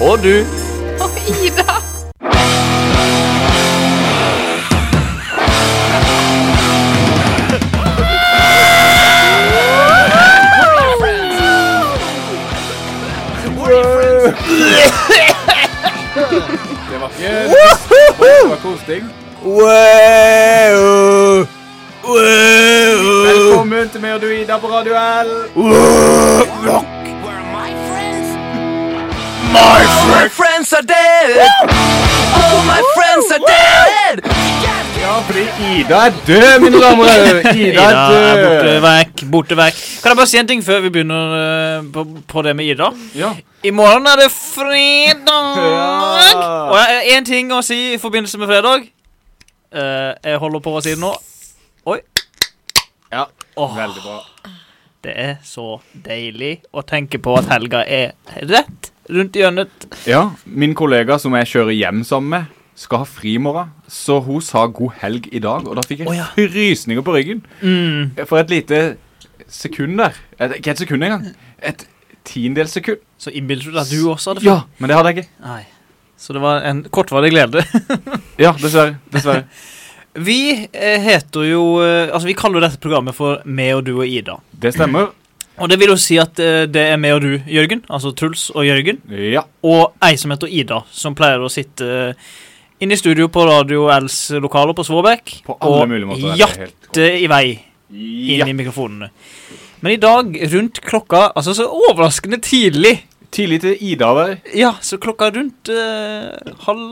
og du. Og Ida. Det var fjøs. Det var kosting. Wow! Wow! Velkommen til meg og du, Ida, på Radio L. Rock! My friends. are dead! All my friends are dead! Ja, fordi Ida er død, mine damer og herrer. Ida Ida er er borte død. vekk, borte vekk. Kan jeg bare si en ting før vi begynner eh, på, på det med Ida? Ja. I morgen er det fredag! Ja. Og jeg har én ting å si i forbindelse med fredag. Eh, jeg holder på å si det nå. Oi. Ja, Åh, Veldig bra. det er så deilig å tenke på at helga er rett rundt hjørnet. Ja, min kollega som jeg kjører hjem sammen med, skal ha fri i morgen. Så hun sa god helg i dag, og da fikk jeg Å, ja. frysninger på ryggen. Mm. For et lite sekund der. Et, ikke et sekund engang. Et tiendedels sekund. Så innbiller du deg at du også hadde fri? Ja, men det hadde jeg ikke. Nei. Så det var en kortvarig glede. Ja, dessverre. Dessverre. Vi eh, heter jo eh, Altså, vi kaller jo dette programmet for Meg og du og Ida. Det stemmer. Og det vil jo si at eh, det er meg og du, Jørgen. Altså Truls og Jørgen. Ja. Og ei som heter Ida, som pleier å sitte eh, inne i studio på Radio Ls lokaler på Svåbekk. På alle og mulige måter. er det jatte helt- i vei inn Ja. i mikrofonene. Men i dag, rundt klokka Altså, så overraskende tidlig. Tidlig til Ida der. Ja, så klokka rundt eh, halv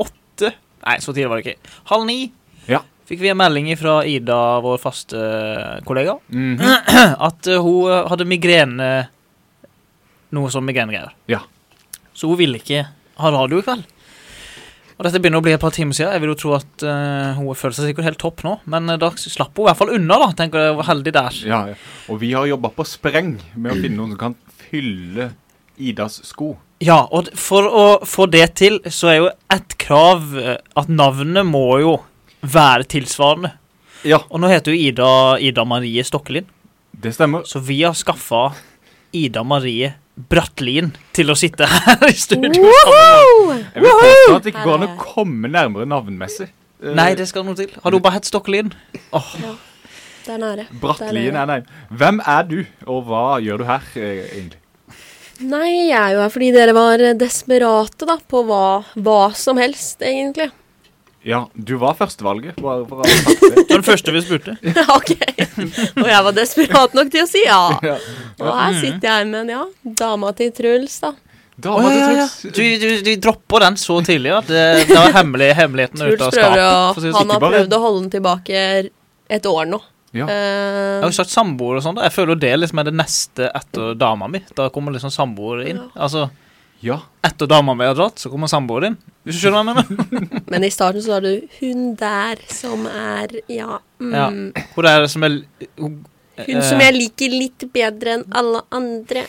åtte Nei, så tidlig var det ikke. Halv ni Ja. fikk vi en melding fra Ida, vår faste eh, kollega, Mhm. at eh, hun eh, hadde migrene Noe som migrenegreier. Ja. Så hun ville ikke ha radio i kveld. Og dette begynner å bli et par timer siden. Jeg vil jo tro at eh, hun føler seg sikkert helt topp nå, men eh, da slapp hun i hvert fall unna, da. Tenker jeg var heldig der. ja, ja. Og vi har jobba på spreng med å finne noen som kan fylle Idas sko. Ja, og d- for å få det til, så er jo et krav eh, at navnet må jo være tilsvarende. Ja. Og nå heter jo Ida, Ida Marie Stokkelin, Det stemmer. så vi har skaffa Ida Marie Brattlin til å sitte her i studio. Jeg vil påstå at det ikke Her går an er- å komme nærmere navnmessig. Eh, Nei, det skal noe til. Hadde hun bare hett Stokkelin? Det er nære. Brattlien Der er nei. Hvem er du, og hva gjør du her, eh, egentlig? Nei, jeg er jo her fordi dere var eh, desperate da, på hva, hva som helst, egentlig. Ja, du var førstevalget, bare for å ha sagt det. Det var den første vi spurte. ok. Og jeg var desperat nok til å si ja. Ja. Og Mm. her sitter jeg med en ja. Dama til Truls, da. Dama til Truls. Du, du, du dropper den så tidlig at det, det var hemmelig, hemmeligheten er Truls ute av prøver skapet. å for å si det Han sånn. har bare- prøvd å holde den tilbake et år nå. Ja. Eh, Jeg har jo sagt samboer og sånn. da. Jeg føler jo det liksom er det neste etter dama mi. Da kommer liksom samboer inn. Altså, Ja. etter dama mi har dratt, så kommer samboer inn. Hvis du skjønner hva jeg mener? Eh, men i starten så har du 'hun der som er ja, mm, Ja. Hvor det er eh, det som er hun, Hun som jeg liker litt bedre enn alle andre.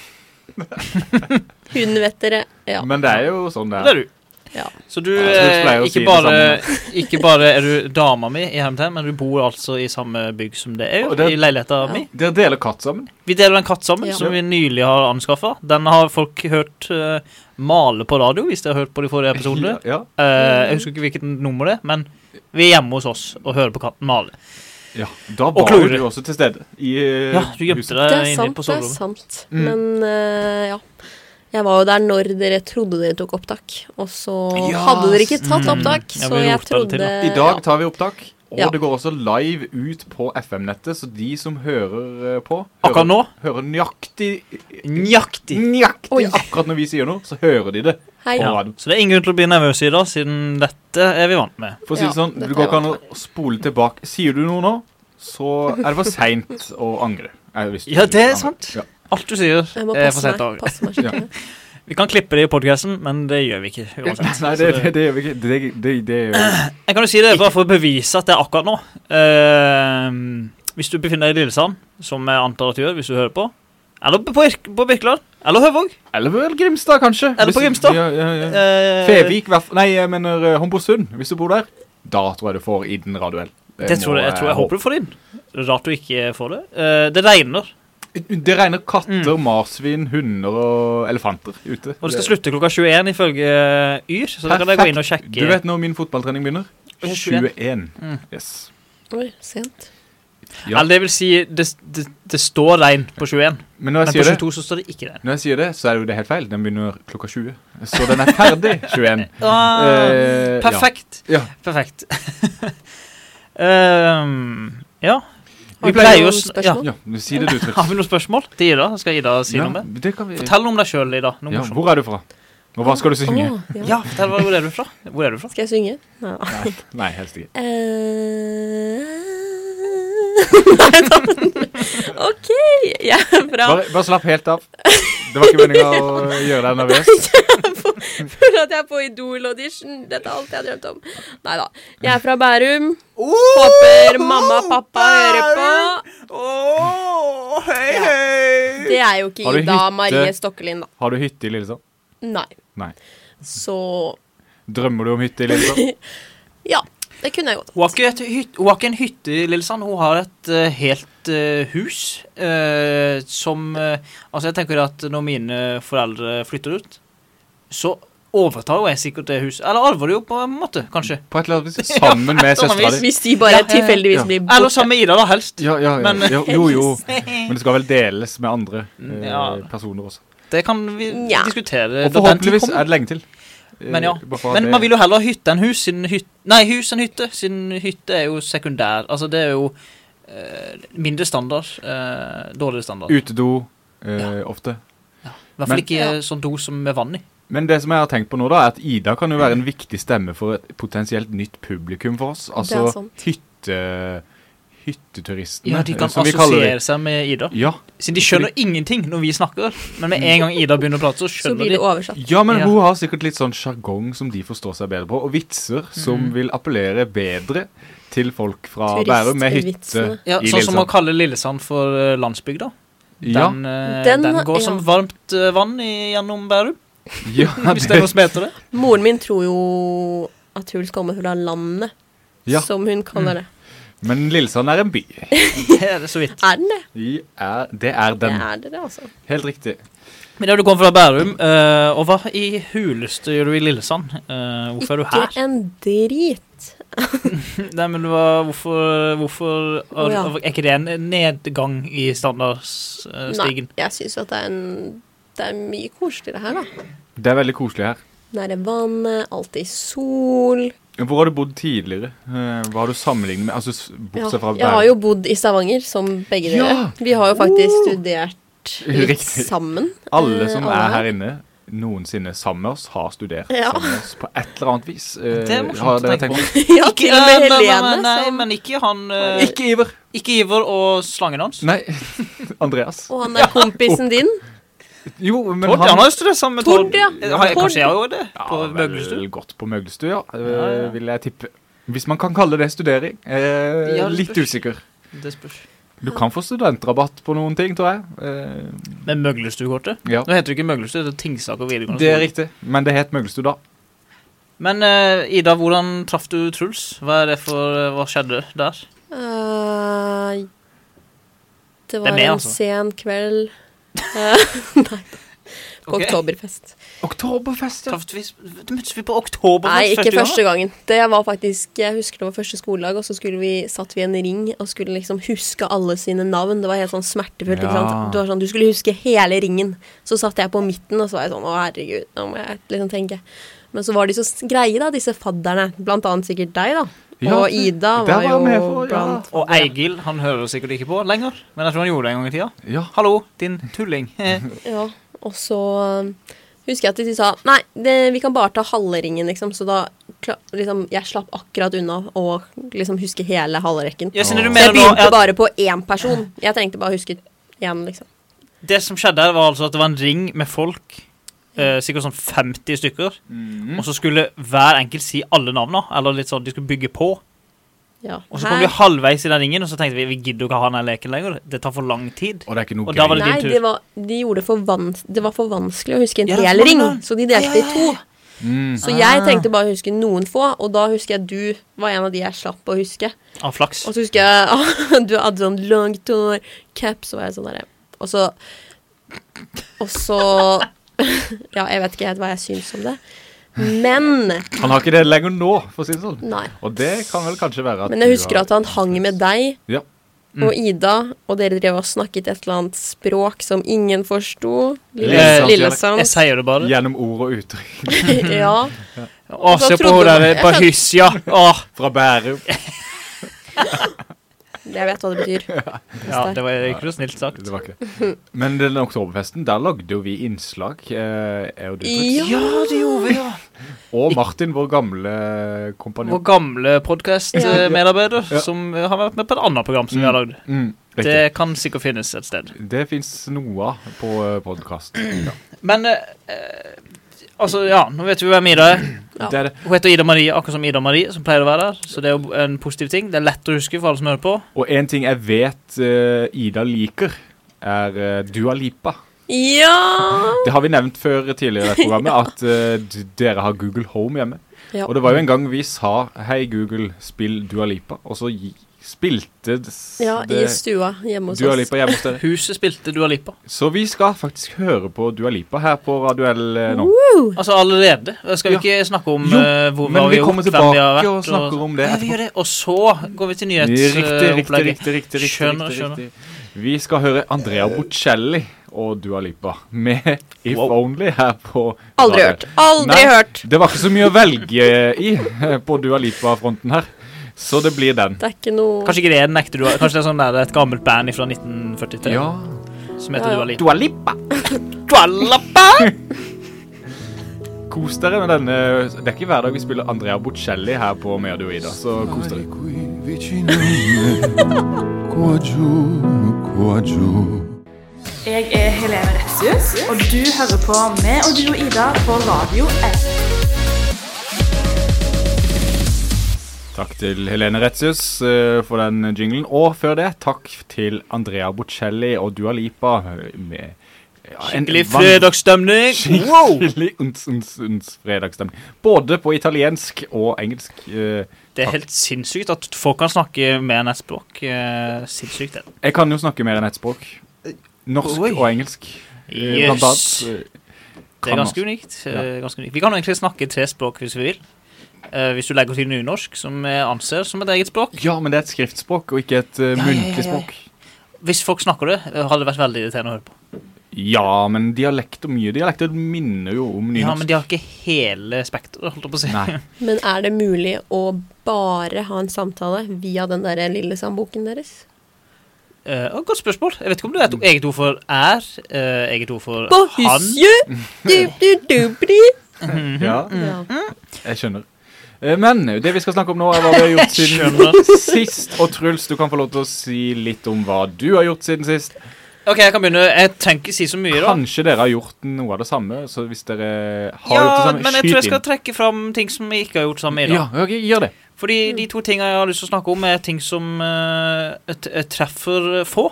Hun, vet dere. Ja. Men det er jo sånn det Det er. er du. Ja. Så du Ja, Truls pleier eh, å si ikke, det bare, ikke bare er du dama mi, i hermetegn, men du bor altså i samme bygg som det er. Og det- I leiligheta Ja. mi. Dere deler katt sammen. Vi deler en katt sammen Ja. som vi nylig har anskaffa. Den har folk hørt eh, male på radio, hvis de har hørt på de forrige episodene. Ja, ja. Eh, jeg husker ikke hvilket nummer det er, men vi er hjemme hos oss og hører på katten male. ja. Da var jo klorer. du også til stede i eh, Ja, du huset. gjemte Det deg er inne sant, på det er soverommet. sant. Mm. Men eh, ja. Jeg var jo der når dere trodde dere tok opptak, og så Ja, hadde dere ikke tatt mm. opptak, Ja, så vi jeg rota det til, trodde I dag tar vi opptak, og Eh, Ja. det går også live ut på FM-nettet, så de som hører eh, på, hører, Akkurat nå, hører nøyaktig nøyaktig. Nøyaktig Oi. akkurat når vi sier noe, så hører de det. ja. Hei. Ja. På radio. Så det er ingen grunn til å bli nervøs i dag, siden dette er vi vant med. For å si Ja, det sånn, dette det går er ikke an å spole tilbake. Sier du noe nå, så er det for seint å angre. Eh, hvis du- Ja, det er sant. Ja. Alt du sier, eh, Jeg må er passe for sent å meg. angre. Passe meg skikkelig. Vi kan klippe det i podkasten, men det gjør vi ikke. uansett. Nei, det, det, det gjør vi ikke. Det, det, det gjør vi ikke. Jeg kan jo si det bare for å bevise at det er akkurat nå. Eh, hvis du befinner deg i Lillesand, som jeg antar at du gjør hvis du hører på, eller på, Birk- på Birkeland, eller Høvåg Eller vel Grimstad, kanskje. Eller på Hvis- Grimstad. Ja, ja, ja. eh, Fevik, hvertfall- nei, jeg mener eh, Homborsund, hvis du bor der. Da tror jeg du får Iden Raduell. eh, Eh, Det tror jeg, jeg, tror jeg håper du får det inn. Rart du ikke får det. Eh, det regner. Det regner katter, marsvin, hunder og elefanter ute. Mm. Og det skal slutte klokka 21 ifølge eh, Yr, så da kan dere gå inn og Perfekt. sjekke. Du vet når min fotballtrening begynner? 21. 21. Mm. Yes. Oi, sent. Ja. Eller det vil si, det, det, det står regn på 21, Men når men jeg, på sier det, 22 så står det ikke regn. når jeg sier det, så er jo det helt feil. Den begynner klokka 20. Så den er ferdig 21. Ah, Eh, perfekt. Ja. ja. Perfekt. Ehm, ja. Har Vi du pleier jo noen å sn- ja. spørsmål? ja. du sier det du, Truls. Har vi noen spørsmål til Ida? Skal Ida si noe om Ja, det? det kan vi. Fortell om deg sjøl, Ida. Noe Ja, morsomt. hvor er du fra? Og hva skal du synge? Å, ja. Ja, fortell hvor er du fra? Hvor er du fra? Skal jeg synge? Ja. Nei, nei, helst ikke. Eh, Nei da. OK. Jeg er fra Bare, bare slapp helt av. Det var ikke meninga å gjøre deg nervøs. For at jeg er på Idol-audition. Dette er alt jeg har drømt om. Nei da. Jeg er fra Bærum. Oh, Håper mamma og pappa hører på. Ja. Det er jo ikke Har du Ida hytte? Marie Stokkelin, da. Har du hytte i Lillesand? Nei. Nei. Så Drømmer du om hytte i Lillesand? Ja. Det kunne jeg godt. Hun har, ikke et hyt, hun har ikke en hytte i Lillesand, hun har et eh, helt eh, hus eh, som eh, Altså, jeg tenker at når mine foreldre flytter ut, så overtar jo jeg sikkert det huset. Eller arver det jo, på en måte, kanskje. På et eller annet vis. Sammen med søstera di. Hvis de bare Ja, ja, ja. tilfeldigvis Ja. blir Eller borte. sammen med Ida, da, helst. Ja, ja, ja. Men- Mm, jo, jo, jo. Men det skal vel deles med andre eh, Ja. personer også. Det kan vi Ja. diskutere. Og når den tid forhåpentligvis kommer. er det lenge til. Eh, Men ja. bare for at Men det- man vil jo heller ha hytte enn hus, siden hytte Nei, hus enn hytte, siden hytte er jo sekundær. Altså, det er jo eh, mindre standard. eh, dårligere standard. Utedo eh, ofte. I hvert fall men- ikke eh, sånn do som med vann i. Men det som jeg har tenkt på nå, da, er at Ida kan jo være en viktig stemme for et potensielt nytt publikum for oss. Det er Altså sant. hytte... Hytteturistene, Ja, de kan eh, som vi kaller assosiere dem. seg med Ida. Ja. Siden de skjønner ingenting når vi snakker. Men med en gang Ida begynner å prate, så Så skjønner blir det de. oversatt. ja, men Ja. hun har sikkert litt sånn sjargong som de forstår seg bedre på, og vitser Mm. som vil appellere bedre til folk fra Bærum med hytte Turistvitsene. Ja, i sånn som å Lillesand. kalle Lillesand for eh, landsbygda. Ja, Den, eh, Den- den, går som ja. varmt eh, vann i, gjennom Bærum. ja, Hvis det er noe som heter det. Moren min tror jo at Truls kommer fra landet, Ja. Mm. som hun kaller det. Men Lillesand er en by. Det er det så vidt. Er den det? Vi er, det er Det den. er det, det, altså. Helt riktig. Men ja, du kommer fra Bærum, eh, og hva i huleste gjør du i Lillesand? Eh, hvorfor er du her? Ikke en drit. Nei, men hva, hvorfor, hvorfor Å, ja. Er ikke det en nedgang i eh, standardstigen? Nei, jeg syns jo at det er, en, det er mye koseligere her, da. Det er veldig koselig her. Nære vannet, alltid sol. Hvor har du bodd tidligere? Eh, Hva har du sammenlignet med? Altså, s- bortsett fra jeg har jo bodd i Stavanger, som begge dere. Ja! Vi har jo faktisk studert litt Riktig. sammen. Alle som eh, alle er her. her inne noensinne sammen med oss, har studert Ja. sammen med oss på et eller annet vis. Eh, Det er morsomt har å dere tenke tenkt- ja, til og med nei, nei, Helene. nei, nei, som, men ikke han eh, ikke, Ikke Iver. ikke Iver og slangen hans. Nei, Andreas. og han er kompisen din. Jo, men Tord, han han har jo studert sammen med Tord. Tord, ja. Eh, har jeg- Tord. Kanskje jeg har jo det, på Ja, vel, Bøglestuen. Godt på Møglestuen, ja. eh, Ja, ja. Vil jeg tippe. Hvis man kan kalle det studering. Eh, Ja, det litt spørs. usikker. Det spørs. Du kan få studentrabatt på noen ting, tror jeg. Eh, Med Møglestukortet? ja. Nå heter det ikke Møglestue, det er Tingsaker videregående Det er skole. riktig, men det het Møglestuen da. Men eh, Ida, hvordan traff du Truls? Hva er det for eh, Hva skjedde der? Eh, det var Det er med, en altså. sen kveld eh, Nei da. På Ok. oktoberfest. Oktoberfest, Traff vi Møttes vi på oktober Nei, ikke gang, da? første gangen. Det var faktisk Jeg husker det var første skoledag, og så skulle vi, satt vi i en ring og skulle liksom huske alle sine navn. Det var helt sånn Ja. smertefullt. Ikke sant? Det var sånn, du skulle huske hele ringen. Så satt jeg på midten, og så var jeg sånn Å, herregud, nå må jeg liksom tenke. Men så var de så s- greie, da, disse fadderne. Blant annet sikkert deg, da. Ja, og Ida der var var jo jeg med for, ja. blant Og Eigil han hører du sikkert ikke på lenger, men jeg tror han gjorde det en gang i tida. Ja. Hallo, din tulling. Ja, og så um, husker jeg at de sa Nei, det, vi kan bare ta halve ringen, liksom. Så da kla- liksom, Jeg slapp akkurat unna å liksom huske hele halve rekken. Jeg synes du Åh. Så jeg mener nå begynte at bare på én person. Jeg trengte bare å huske én, liksom. Det som skjedde her, var altså at det var en ring med folk, eh, sikkert sånn 50 stykker, Mm. Mm. og så skulle hver enkelt si alle navna, eller litt sånn de skulle bygge på. Ja. Og så kom vi Her- halvveis i den ringen, og så tenkte vi vi gidder jo ikke ha den her leken lenger. Det tar for lang tid. Og det er ikke noe Og da var gøy. det din Nei, tur. det var, de gjorde for vans det var for vanskelig å huske en Ja, det var hel for ring, mange. så de delte i to. Mm. Så jeg Ah. trengte bare å huske noen få, og da husker jeg du var en av de jeg slapp å huske. Av flaks. ah, Og så husker jeg du hadde sånn langt hår, caps, og jeg sånn derre Og så Og så Ja, jeg vet ikke helt hva jeg syns om det. Men Han har ikke det lenger nå, for å si det sånn. Nei. Og det kan vel kanskje være at Men jeg husker at han hang med deg Ja. Mm. og Ida, og dere drev og snakket et eller annet språk som ingen forsto. Eh, Lille- Jeg Lillesand. sier det bare. Gjennom ord og uttrykk. ja. Å, Da se på trodde hun der hun- på hyss, ja. Åh. Fra Bærum. Jeg vet hva det betyr. ja. Det var ikke så snilt sagt. Det var ikke det. Men den oktoberfesten, der lagde jo vi innslag. Eh, jeg og du, Fritz. Ja. det gjorde vi, ja. Og Martin, vår gamle Vår kompanjong. gamle podkast-medarbeider Ja. som eh, har vært med på et annet program som vi har lagd. Mm, Det riktig. kan sikkert finnes et sted. Det fins noe av på eh, podkast. Ja. Men eh, eh, Altså, ja, nå vet vi hvem Ida er. Ja. Det er det. Hun heter Ida Marie, akkurat som Ida Marie, som pleier å være der. Så det er jo en positiv ting. Det er lett å huske for alle som hører på. Og en ting jeg vet eh, Ida liker, er eh, Dua Lipa. Ja! Det har vi nevnt før tidligere i dette programmet, at eh, d- dere har Google Home hjemme. Ja. Og det var jo en gang vi sa 'Hei, Google, spill Dua Lipa', og så gi, spilte det, Ja, i det stua hjemme hos Dua oss. Lipa hjemme hos dere. Huset spilte Dua Lipa. Så vi skal faktisk høre på Dua Lipa her på Raduell eh, nå. Altså allerede. Skal vi Ja. ikke snakke om Jo, eh, hvor Men har vi gjort, kommer hvem vi har vært, tilbake og snakker om det Ja, vi etterpå. gjør det. Og så går vi til Riktig, riktig, nyhetsopplegget. riktig, riktig, riktig, Skjønner, riktig, skjønner. riktig. Vi skal høre Eh. Andrea Bocelli og Dua Lipa med If Wow. Only her på Aldri Radio. hørt. Aldri Nei, hørt. Det var ikke så mye å velge i eh, på Dua Lipa-fronten her, så det blir den. Det er ikke noe Kanskje ikke det er den ekte Dua Kanskje det er sånn der, et gammelt band fra 1943 som heter Ja, ja. Dua Lipa. Dua Lipa. Kos dere med denne Det er ikke hver dag vi spiller Andrea Bocelli her på Mea Duida, så kos dere. qui vicino a me, qua giù, qua giù. Jeg er Helene Retsius, og du hører på meg og du og Ida på Radio S. Takk til Helene Retzius eh, for den jinglen. Og før det, takk til Andrea Bocelli og Dua Lipa med ja, en Skikkelig van- fredagsstemning. Skikkelig uns, uns, uns fredagsstemning. Både på italiensk og engelsk. eh. Det er helt sinnssykt at folk kan snakke mer enn ett språk. Eh, sinnssykt, det. Jeg kan jo snakke mer enn ett språk. Norsk Oi. og engelsk. eh, blant Yes. annet, eh, Det er kan ganske også. unikt. eh, ganske unikt. Vi kan jo egentlig snakke tre språk hvis vi vil. Eh, hvis du legger til nynorsk, som jeg anser som et eget språk. Ja, men det er et skriftspråk og ikke et eh, ja, ja, muntlig ja. språk. Hvis folk snakker det, eh, hadde det vært veldig irriterende å høre på. Ja, men dialekter mye. Dialekter minner jo om nynorsk. Ja, Men de har ikke hele spekteret, holdt jeg på å si. Nei. Men er det mulig å bare ha en samtale via den der lille sandboken deres? Eh, og godt spørsmål. Jeg vet ikke om du vet o- eget ord for er, eh, eget ord for På han. huset! Du, du, du, bli. Mhm. Ja, Ja. Mm. jeg skjønner. Eh, Men det vi skal snakke om nå, er hva vi har gjort Skjønner. siden sist. Og Truls, du kan få lov til å si litt om hva du har gjort siden sist. OK, jeg kan begynne. Jeg trenger ikke si så mye, da. Kanskje dere har gjort noe av det samme, så hvis dere har gjort det Ja, samme, men jeg skyt tror jeg skal inn. trekke fram ting som vi ikke har gjort sammen i dag. Ja, ok, gjør det. Fordi de to tingene jeg har lyst til å snakke om, er ting som eh, t- eh, treffer få.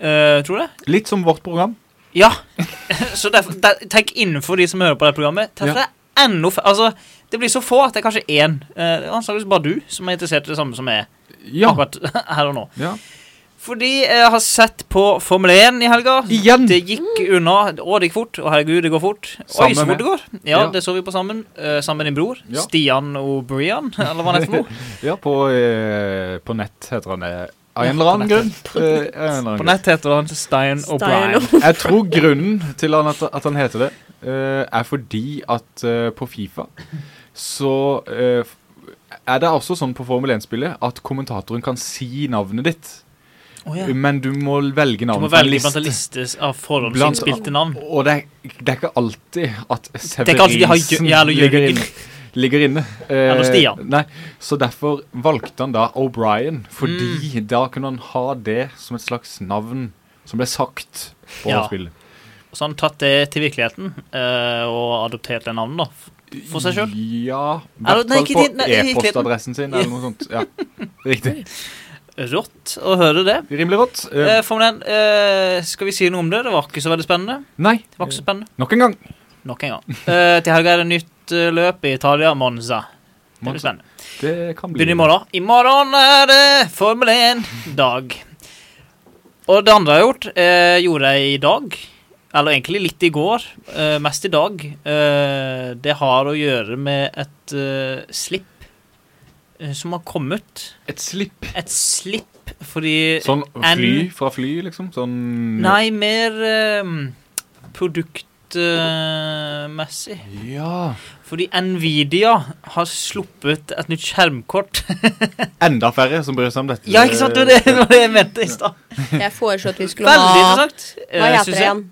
Eh, tror du det? Litt som vårt program. Ja. så derfor, der, tenk innenfor de som hører på det programmet. Treffer Ja. det enda f Altså, det blir så få at det er kanskje én. Uh, Antakeligvis bare du som er interessert i det samme som jeg er. Ja. Akkurat her og nå. ja. Fordi jeg har sett på Formel 1 i helga. Igjen! Det gikk unna. Å, det gikk fort. Å, herregud, det går fort. Oi, Sammen så med- fort det går. Ja, Ja. det så vi på sammen. eh, sammen med din bror. Ja. Stian O'Brien, eller hva han heter for noe. Ja, på, eh, på nett heter han det. Av en eller annen på grunn. Eh, av en eller annen På grunn. nett heter han Stein O'Brien. Stein Jeg tror grunnen til han at, at han heter det, eh, er fordi at eh, på Fifa så eh, f- er det også sånn på Formel 1-spillet at kommentatoren kan si navnet ditt, Å, ja. men du må velge Du må navnet fra en velge blant en liste. liste s- av Blant- forhåndsinnspilte navn. Og det er, det er ikke alltid at er ikke alltid de har Jø- Severinsen Jarl og ligger Jørgen. inne. Ligger inne. Eh, Eller Stian. Nei, så derfor valgte han da O'Brien, fordi Mm. da kunne han ha det som et slags navn som ble sagt på Ja. spillet. Og så har han sånn, tatt det til virkeligheten eh, og adoptert det navnet, da. f- For seg sjøl. Ja, i Eller, hvert nei, fall ikke på dit, nei, ikke dit. e-postadressen sin eller noe sånt. Ja, Riktig. Rått å høre det. Rimelig rått. Eh, Eh, Formel 1, eh, skal vi si noe om det? Det var ikke så veldig spennende. nei, Det var ikke så spennende. nok en gang. Nok en gang. Eh, til helga er det nytt eh, løp i Italia, Monza. Det blir Monza. spennende. Det kan bli Begynn i morgen. I morgen er det Formel 1-dag. Og det andre jeg har gjort, eh, gjorde jeg i dag. Eller egentlig litt i går. Eh, mest i dag. Eh, det har å gjøre med et eh, slipp eh, som har kommet. Et slipp. Et slipp fordi Sånn fly Eh, en- fra fly, liksom? Sånn Nei, mer eh, produktmessig. Ja. fordi Nvidia har sluppet et nytt skjermkort. Enda færre som bryr seg om dette. ja, ikke sant? Det var det, det, var det jeg mente i stad. Jeg foreslo at vi skulle Veldig ha interessant. eh, Hva heter synes det jeg. igjen?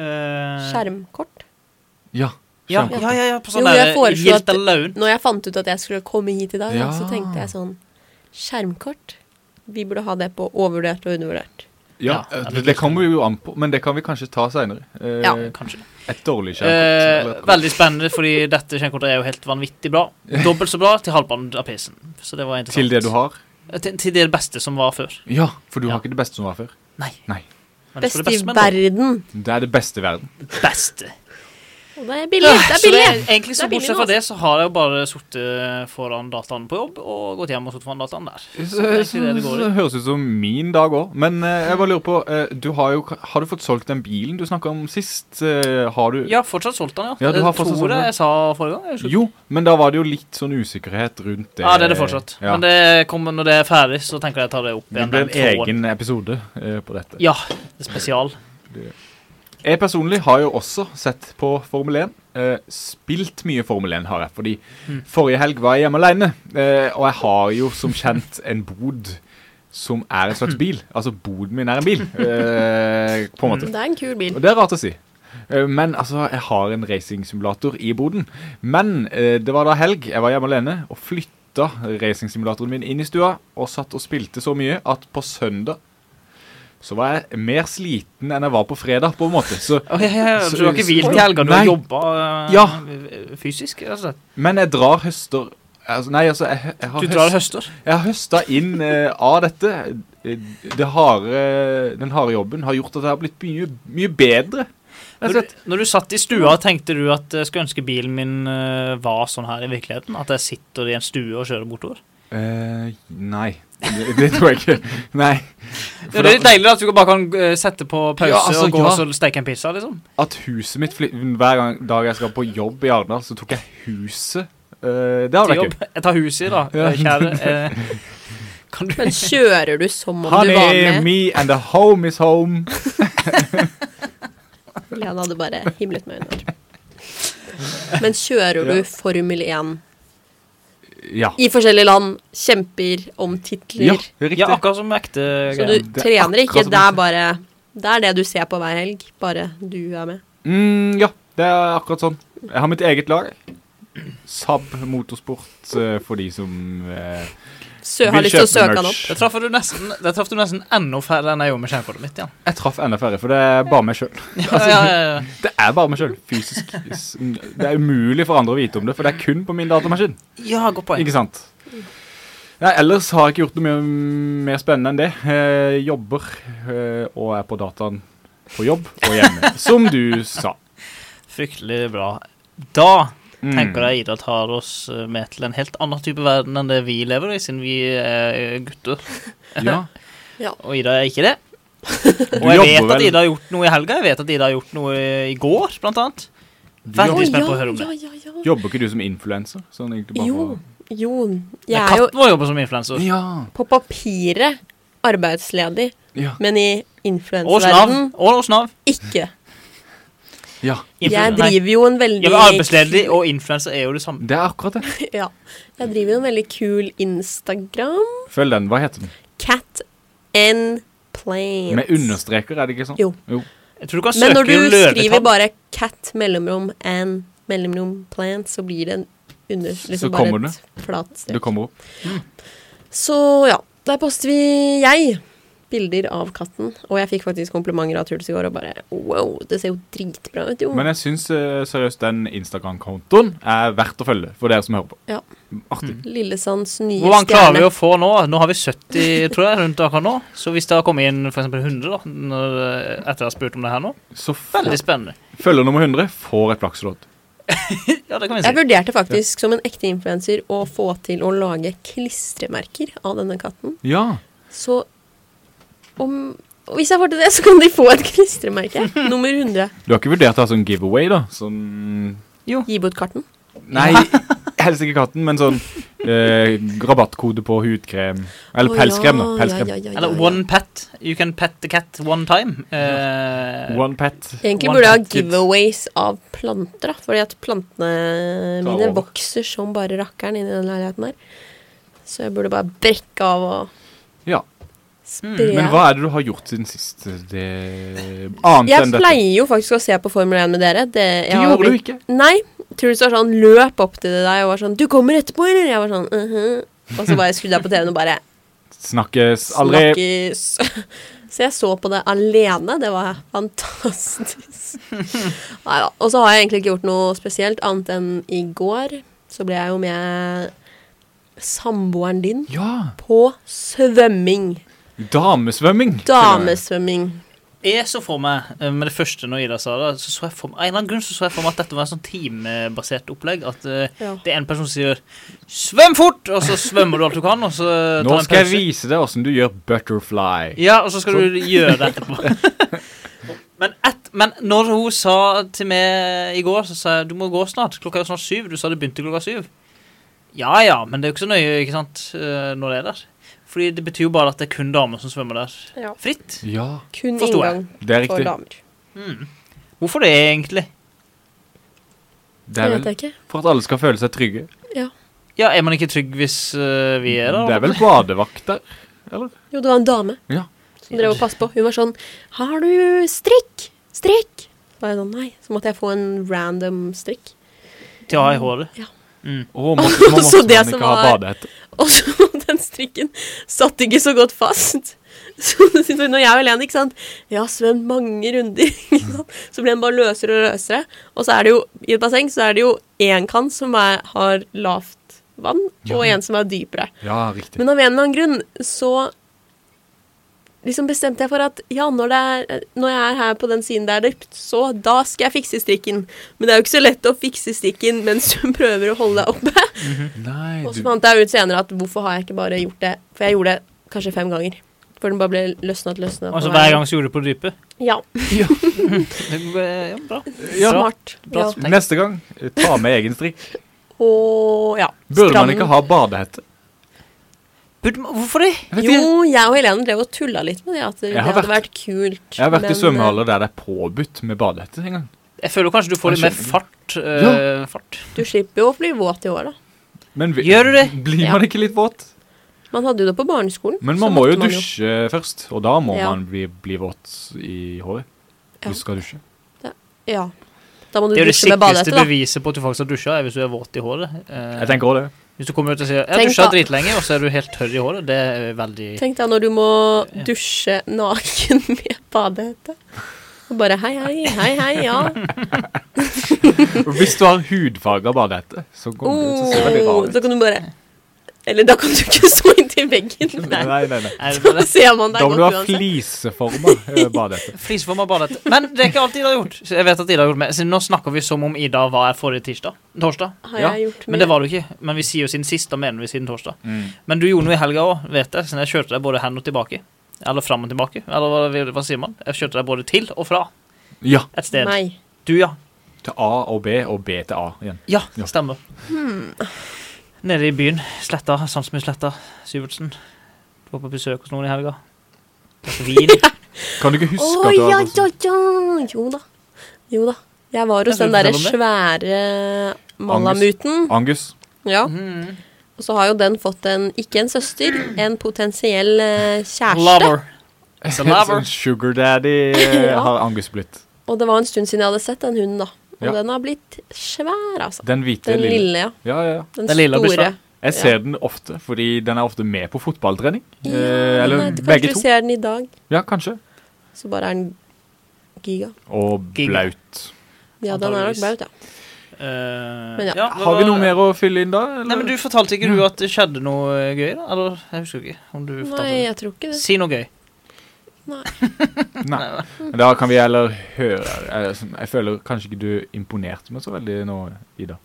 Eh, Skjermkort? Ja. Ja, skjønner. ja, ja, ja, på sånn Jo, jeg eh, der foreslo Guilt at- Alone. Når jeg fant ut at jeg skulle komme hit i dag, Ja. så tenkte jeg sånn Skjermkort? Vi burde ha det på overvurdert og undervurdert. Ja, eh, Ja, det, det kommer vi jo an på, men det kan vi kanskje ta seinere. Eh, Ja. Kanskje. Et dårlig Eh, skjerm. veldig spennende, fordi dette skjermkortet er jo helt vanvittig bra. Dobbelt så bra til halvparten av prisen. Så det var Til interessant. det du har? Eh, Til, til det beste som var før. Ja, for du Ja. har ikke det beste som var før. Nei. Nei. Men det Best står i det beste med verden. Det er det beste i verden. det beste. Og det er billig. Det er Så det billig. er egentlig så Det er billig bortsett nå, fra det, så har jeg jo bare sittet foran dataen på jobb, og gått hjem og sittet foran dataen der. Så, det er så, ikke det det går i. det høres ut som min dag òg. Men eh, jeg bare lurer på eh, du har, jo, har du fått solgt den bilen du snakka om sist? Eh, har du Jeg har fortsatt solgt den, ja. Ja, du har Jeg fortsatt tror solgt den. det jeg sa forrige gang. Jeg husker- Jo, men da var det jo litt sånn usikkerhet rundt det. Ja, det er det fortsatt. Ja. Men det kommer når det er ferdig, så tenker jeg jeg tar det opp det igjen. blir den tråden. en egen episode eh, på dette. Ja, det er spesial. Jeg personlig har jo også sett på Formel 1. Eh, spilt mye Formel 1 har jeg, fordi forrige helg var jeg hjemme alene. Eh, og jeg har jo som kjent en bod som er en slags bil. Altså, boden min er en bil, eh, på en måte. Det er en kul bil. Og det er rart å si. Eh, Men altså, jeg har en racingsimulator i boden. Men eh, det var da helg, jeg var hjemme alene, og flytta racingsimulatoren min inn i stua. Og satt og spilte så mye at på søndag så var jeg mer sliten enn jeg var på fredag, på en måte. Så, Oh, ja, ja, ja. Så- Så du har ikke hvilt i helga, du Nei. har jobba Ja. fysisk? Altså. men jeg drar høster altså, Nei, altså, jeg, jeg Du har, drar høst, høster? jeg har høsta inn eh, av dette. Eh, Det harde, den harde jobben har gjort at jeg har blitt mye, mye bedre. Når du, når du satt i stua, tenkte du at jeg skulle ønske bilen min eh, var sånn her i virkeligheten? At jeg sitter i en stue og kjører bortover? Eh, nei. Det, det tror jeg ikke. Nei. Ja, det er litt deilig at du bare kan eh, sette på pause Ja, altså, og gå ja. og så steke en pizza, liksom. at huset mitt flyt, Hver gang dag jeg skal på jobb i Arendal, så tok jeg huset. Eh, det hadde Til jeg jobb. ikke. Jeg tar huset i, da, eh, kjære. Eh, kan du Men kjører du som om du var Honey, med? me and the home is home. Lene hadde bare himlet med øynene. Men kjører du Formel 1 Ja. i forskjellige land? Kjemper om titler? ja det er riktig. Ja, akkurat som ekte Så greier. du Det er trener ikke, akkurat som det jeg er bare Det er det du ser på hver helg, bare du er med. Mm, ja, det er akkurat sånn. Jeg har mitt eget lag. Saab Motorsport eh, for de som eh, Sø har vil lyst til å kjøpe søke han opp. merch. Der traff du nesten, der traff du nesten enda færre enn jeg gjorde med skjermkortet mitt. Ja. Jeg traff enda færre, for det er bare meg sjøl. Ja, ja, ja, ja. Det er bare meg sjøl. Fysisk. Det er umulig for andre å vite om det, for det er kun på min datamaskin. ja godt poeng. Ikke sant? Nei, ellers har jeg ikke gjort noe mer, mer spennende enn det. Eh, jobber eh, og er på dataen på jobb og hjemme, som du sa. Fryktelig bra. Da Mm. tenker jeg Ida tar oss eh, med til en helt annen type verden enn det vi lever i, siden vi er eh, gutter. Ja. Og Ida er ikke det. Du Og jeg vet jobber at vel- Ida har gjort noe i helga. Jeg vet at Ida har gjort noe i går, blant annet. du Veldig jobber, spent på å høre om det. ja, ja, ja. jobber ikke du som influenser? Sånn egentlig bare Jo, for- jo. Jeg Ja, er jo katten vår jobber som influenser. Ja. på papiret arbeidsledig, Ja. men i Og hos Nav. influensverdenen Og hos Nav. ikke. ja. Jeg Influencer- nei. driver jo en veldig Ja, men Arbeidsledig og influenser er jo det samme. Det er akkurat det. Ja. Jeg driver jo en veldig kul Instagram. Følg den. Hva heter den? Cat and plants. Med understreker, er det ikke sånn? Jo. Jeg tror du kan Men når søke du skriver løvetann. bare cat mellomrom and mellomrom plant, så blir det en under, liksom Så bare kommer et flat strek. Du kommer opp. Så ja, der poster vi jeg bilder av katten. Og jeg fikk faktisk komplimenter av Truls i går og bare wow, det ser jo dritbra ut, jo. Men jeg syns eh, seriøst den Instagram-kontoen er verdt å følge for dere som hører på. Ja. Artig. Mm. Lillesands nye Hvor mange klarer vi stjerne. å få nå? Nå har vi 70 tror jeg, rundt akkurat nå. Så hvis det har kommet inn for eksempel 100 da, når, eh, etter jeg har spurt om det her nå Så Veldig spennende. følger nummer 100 får et plakselodd. Ja, det kan vi Jeg si. vurderte faktisk som en ekte influenser å få til å lage klistremerker av denne katten. Ja. Så Om, og hvis jeg får til det, så kan de få et klistremerke. Nummer 100. Du har ikke vurdert å ha sånn giveaway, da? Sånn Gi bort karten. Nei, helst ikke katten, men sånn eh, rabattkode på hudkrem. Eller Å, pelskrem, da. ja, Pelskrem. ja, ja, ja, Eller ja, ja. one pet. You can pet the cat one time. Eh, One pet. Egentlig one burde jeg ha pet kid. giveaways av planter, da. Fordi at plantene Ta mine over. vokser som bare rakkeren inni den leiligheten her. Så jeg burde bare brekke av og Ja. Mm, spre Men hva er det du har gjort siden sist? Det Annet Jeg enn dette. pleier jo faktisk å se på Formel 1 med dere. Det, jeg Det har gjorde du blitt- ikke. Nei. Tror du det var sånn løp opp til deg og var sånn 'Du kommer etterpå, eller?' Jeg var sånn «Mhm». Og så bare skrudde jeg på TV-en og bare Snakkes aldri. Snakkes. Så jeg så på det alene. Det var fantastisk. Nei da. Og så har jeg egentlig ikke gjort noe spesielt, annet enn i går. Så ble jeg jo med samboeren din Ja. på svømming. Damesvømming. Damesvømming. Jeg så for meg, eh, med det første når Ida sa det, så så jeg for meg, av en eller annen grunn så så jeg for meg at dette var et sånn teambasert opplegg. At eh, Ja. det er en person som sier 'svøm fort', og så svømmer du alt du kan, og så tar Nå du en skal jeg pause. vise deg åssen du gjør butterfly. Ja, og så skal du gjøre det etterpå. Men, et, men når hun sa til meg i går, så sa jeg du må gå snart. Klokka er jo snart syv. Du sa det begynte klokka syv. Ja ja, men det er jo ikke så nøye ikke sant, eh, når det er der. Fordi det betyr jo bare at det er kun damer som svømmer der Ja. fritt. Ja, Kun Forstår jeg. inngang det er for riktig. damer. Hvorfor det, egentlig? Det er vel vet jeg ikke. for at alle skal føle seg trygge. Ja, Er man ikke trygg hvis eh, vi er der? Det er vel badevakter? Jo, det var en dame Ja. som drev og passet på. Hun var sånn 'Har du strikk? Strikk?' Så var jeg sånn, nei. Så måtte jeg få en random strikk. Til å ha i håret? Å, måtte, må, Så måtte det man som ikke ha var- badehette? Og så den strikken satt ikke så godt fast. Så når jeg er alene, ikke sant Jeg har svømt mange runder, ikke sant? så blir den bare løsere og løsere. Og så er det jo i et basseng så er det jo én kant som er, har lavt vann, og Ja. en som er dypere. Ja, riktig. Men av en eller annen grunn så liksom bestemte jeg for at ja, når, det er, når jeg er her på den siden det er dypt, så da skal jeg fikse strikken. Men det er jo ikke så lett å fikse strikken mens hun prøver å holde deg oppe. Nei, Og du så fant jeg ut senere at hvorfor har jeg ikke bare gjort det? For jeg gjorde det kanskje fem ganger. For den bare ble løsnet, løsnet. på veien. Altså hver gang så gjorde du på det dype? Ja, Ja, bra. Ja. smart. Bra. Ja. Neste gang, eh, ta med egen strikk. Og ja. Burde stram. man ikke ha badehette? Burde man- Hvorfor det? Jeg vet ikke. Jo, jeg og Helene drev og tulla litt med det. At det Jeg har hadde vært kult. Jeg har vært men, i svømmehaller der det er påbudt med badehette en gang. Jeg føler kanskje du får litt mer fart. eh, fart. eh, Du slipper jo å bli våt i år, da. Men vi- Gjør du det? blir Ja. man ikke litt våt? Man hadde jo det på barneskolen. Men så man må måtte jo dusje først, og da må Ja. man bli, bli våt i håret. Ja. Hvis du skal dusje. Ja. Da må du Det er jo det dusje med badehette, sikreste da. beviset på at du faktisk har dusja, er hvis du er våt i håret. Eh, Jeg tenker også det. hvis du kommer ut og sier 'jeg Tenk da- dusja dritlenge', og så er du helt tørr i håret, det er veldig Tenk deg når du må dusje naken med badehette. Og bare hei, hei, hei, hei, ja. Og Hvis du har hudfarga badehette, så kommer du til å se veldig Oh, rar ut. da kan du bare Eller da kan du ikke stå inntil veggen. Nei. Nei, nei, nei. Er det bare Da ser man deg Da må du godt ha uansett. fliseforma eh, badehette. fliseforma badehette? Men det er ikke alt Ida har gjort. Så Jeg vet at Ida har gjort med. Så nå snakker vi som om Ida var her forrige tirsdag. Torsdag. Har Ja, jeg gjort Men det var du ikke. Men vi sier jo siden sist, da mener vi siden torsdag. Men du gjorde noe i helga òg, vet jeg, så jeg kjørte deg både hen og tilbake. Eller fram og tilbake. Eller hva, hva sier man? Jeg kjørte deg både til og fra Ja. et sted. Meg. Du, ja. Til A og B, og B til A igjen. Ja, Ja. stemmer. Hmm. Nede i byen. Sletta. Sandsmyrsletta. Syvertsen. Du var på besøk hos noen i helga. Drakk vin. Kan du ikke Å huske at du ja, har ja, ja. Jo da. Jo da. Jeg var hos den Jeg tror derre ikke det svære malamuten. Angus? Mm. Ja. Og så har jo den fått en ikke en søster, en potensiell eh, kjæreste. Lover. It's a lover. Sånn Sugar daddy eh, Ja. har Angus blitt. Og det var en stund siden jeg hadde sett den hunden, da. Og Ja. den har blitt svær, altså. Den hvite Den lille. lille, ja. Ja, ja, ja. Den, Den lille har blitt store. svær. Jeg ser den ofte, fordi den er ofte med på fotballtrening. Ja, Eh, eller nei, du- begge Kanskje to. du ser den i dag, Ja, kanskje. så bare er den giga. Og Giga. blaut. Ja, den er nok Antageligvis. blaut, ja. Eh, Men ja. Har vi noe mer å fylle inn da? Nei, men Du fortalte ikke du at det skjedde noe eh, gøy? da? Eller, jeg husker ikke om du fortalte Nei, jeg tror ikke det. det. Si noe gøy. Nei. Da kan vi heller høre eh, sånn, Jeg føler kanskje ikke du imponerte meg så veldig nå, Ida.